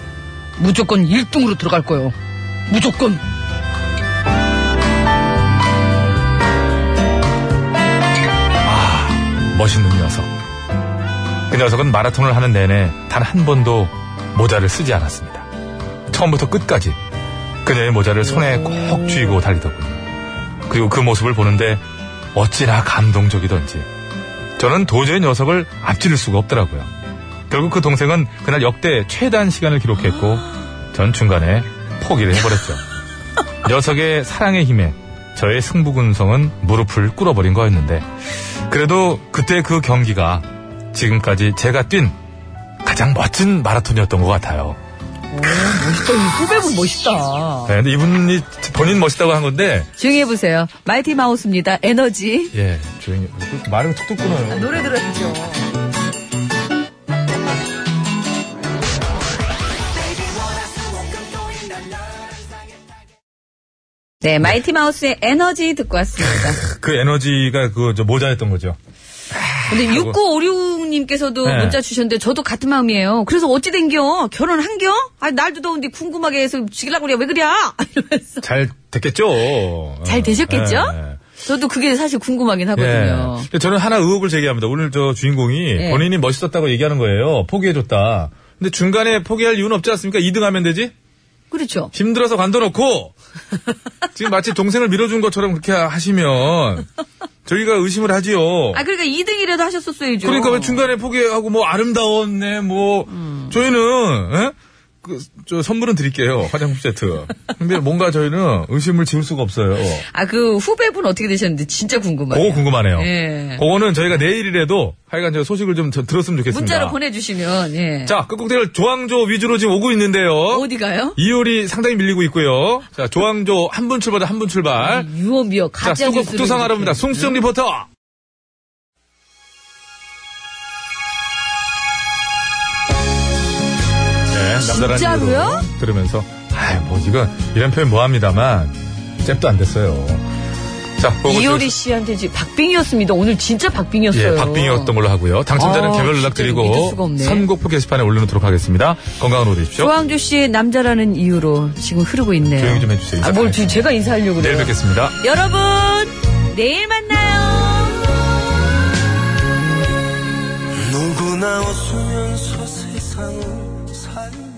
Speaker 15: 무조건 1등으로 들어갈 거예요. 무조건.
Speaker 3: 멋있는 녀석. 그 녀석은 마라톤을 하는 내내 단 한 번도 모자를 쓰지 않았습니다. 처음부터 끝까지 그녀의 모자를 손에 꼭 쥐고 달리더군요. 그리고 그 모습을 보는데 어찌나 감동적이던지 저는 도저히 녀석을 앞지를 수가 없더라고요. 결국 그 동생은 그날 역대 최단 시간을 기록했고 전 중간에 포기를 해버렸죠. 녀석의 사랑의 힘에 저의 승부근성은 무릎을 꿇어버린 거였는데 그래도 그때 그 경기가 지금까지 제가 뛴 가장 멋진 마라톤이었던 것 같아요.
Speaker 15: 후배분 멋있다.
Speaker 3: 네, 근데 이분이 본인 멋있다고 한 건데,
Speaker 15: 조용히 해보세요. 마이티 마우스입니다. 에너지.
Speaker 3: 예, 조용히, 말을 툭툭 끊어요.
Speaker 15: 노래 들어야죠. 네, 마이티 마우스의 에너지 듣고 왔습니다.
Speaker 3: 그 에너지가 그, 저, 모자였던 거죠.
Speaker 15: 근데 6956님께서도
Speaker 3: 네.
Speaker 15: 문자 주셨는데 저도 같은 마음이에요. 그래서 어찌 된겨? 결혼한겨? 아 날도 더운데 궁금하게 해서 죽이려고 그래. 왜 그래? 이러면서.
Speaker 3: 잘 됐겠죠? 어,
Speaker 15: 잘 되셨겠죠?
Speaker 3: 예,
Speaker 15: 저도 그게 사실 궁금하긴
Speaker 3: 예.
Speaker 15: 하거든요.
Speaker 3: 근데 저는 하나 의혹을 제기합니다. 오늘 저 주인공이
Speaker 15: 예.
Speaker 3: 본인이 멋있었다고 얘기하는 거예요. 포기해줬다. 근데 중간에 포기할 이유는 없지 않습니까? 2등 하면 되지?
Speaker 15: 그렇죠.
Speaker 3: 힘들어서 관둬놓고 지금 마치 동생을 밀어준 것처럼 그렇게 하시면 저희가 의심을 하지요.
Speaker 15: 아 그러니까 2등이라도 하셨었어야죠.
Speaker 3: 그러니까 왜 중간에 포기하고 뭐 아름다웠네 뭐
Speaker 15: 음.
Speaker 3: 저희는 예? 그, 저 선물은 드릴게요 화장품 세트. 근데 뭔가 저희는 의심을 지울 수가 없어요.
Speaker 15: 아 그 후배분 어떻게 되셨는데 진짜 궁금해요.
Speaker 3: 그거 궁금하네요.
Speaker 15: 예.
Speaker 3: 그거는 저희가 내일이라도 하여간 저 소식을 좀 저- 들었으면 좋겠습니다.
Speaker 15: 문자로 보내주시면 예.
Speaker 3: 자, 끝곡대를 조항조 위주로 지금 오고 있는데요.
Speaker 15: 어디 가요?
Speaker 3: 이율이 상당히 밀리고 있고요. 자, 조항조 한 분 출발다 한 분 출발.
Speaker 15: 유언비어
Speaker 3: 네? 자,
Speaker 15: 가짜
Speaker 3: 수고
Speaker 15: 뉴스를
Speaker 3: 국토상
Speaker 15: 이렇게.
Speaker 3: 알아봅니다. 송수정 리포터. 네, 남자라는
Speaker 15: 진짜로요?
Speaker 3: 이유로 들으면서 아이 뭐 이거 이런 표현 뭐합니다만 잽도 안 됐어요. 자, 그거
Speaker 15: 네. 이효리 씨한테 지금 박빙이었습니다. 오늘 진짜
Speaker 3: 저희-
Speaker 15: 박빙이었어요.
Speaker 3: 예, 박빙이었던 걸로 하고요. 당첨자는
Speaker 15: 아,
Speaker 3: 개별
Speaker 15: 진짜
Speaker 3: 연락
Speaker 15: 믿을 수가
Speaker 3: 드리고
Speaker 15: 없네.
Speaker 3: 선곡표 게시판에 올려놓도록 하겠습니다. 건강한 오후 되십시오.
Speaker 15: 조항조 씨의 남자라는 이유로 지금 흐르고 있네요.
Speaker 3: 조용히 좀 해주세요.
Speaker 15: 아, 뭘 지금 제가 인사하려고
Speaker 3: 내일
Speaker 15: 그래요.
Speaker 3: 뵙겠습니다.
Speaker 15: 여러분, 내일 만나요.
Speaker 9: 누구나 웃으면서 세상을 살며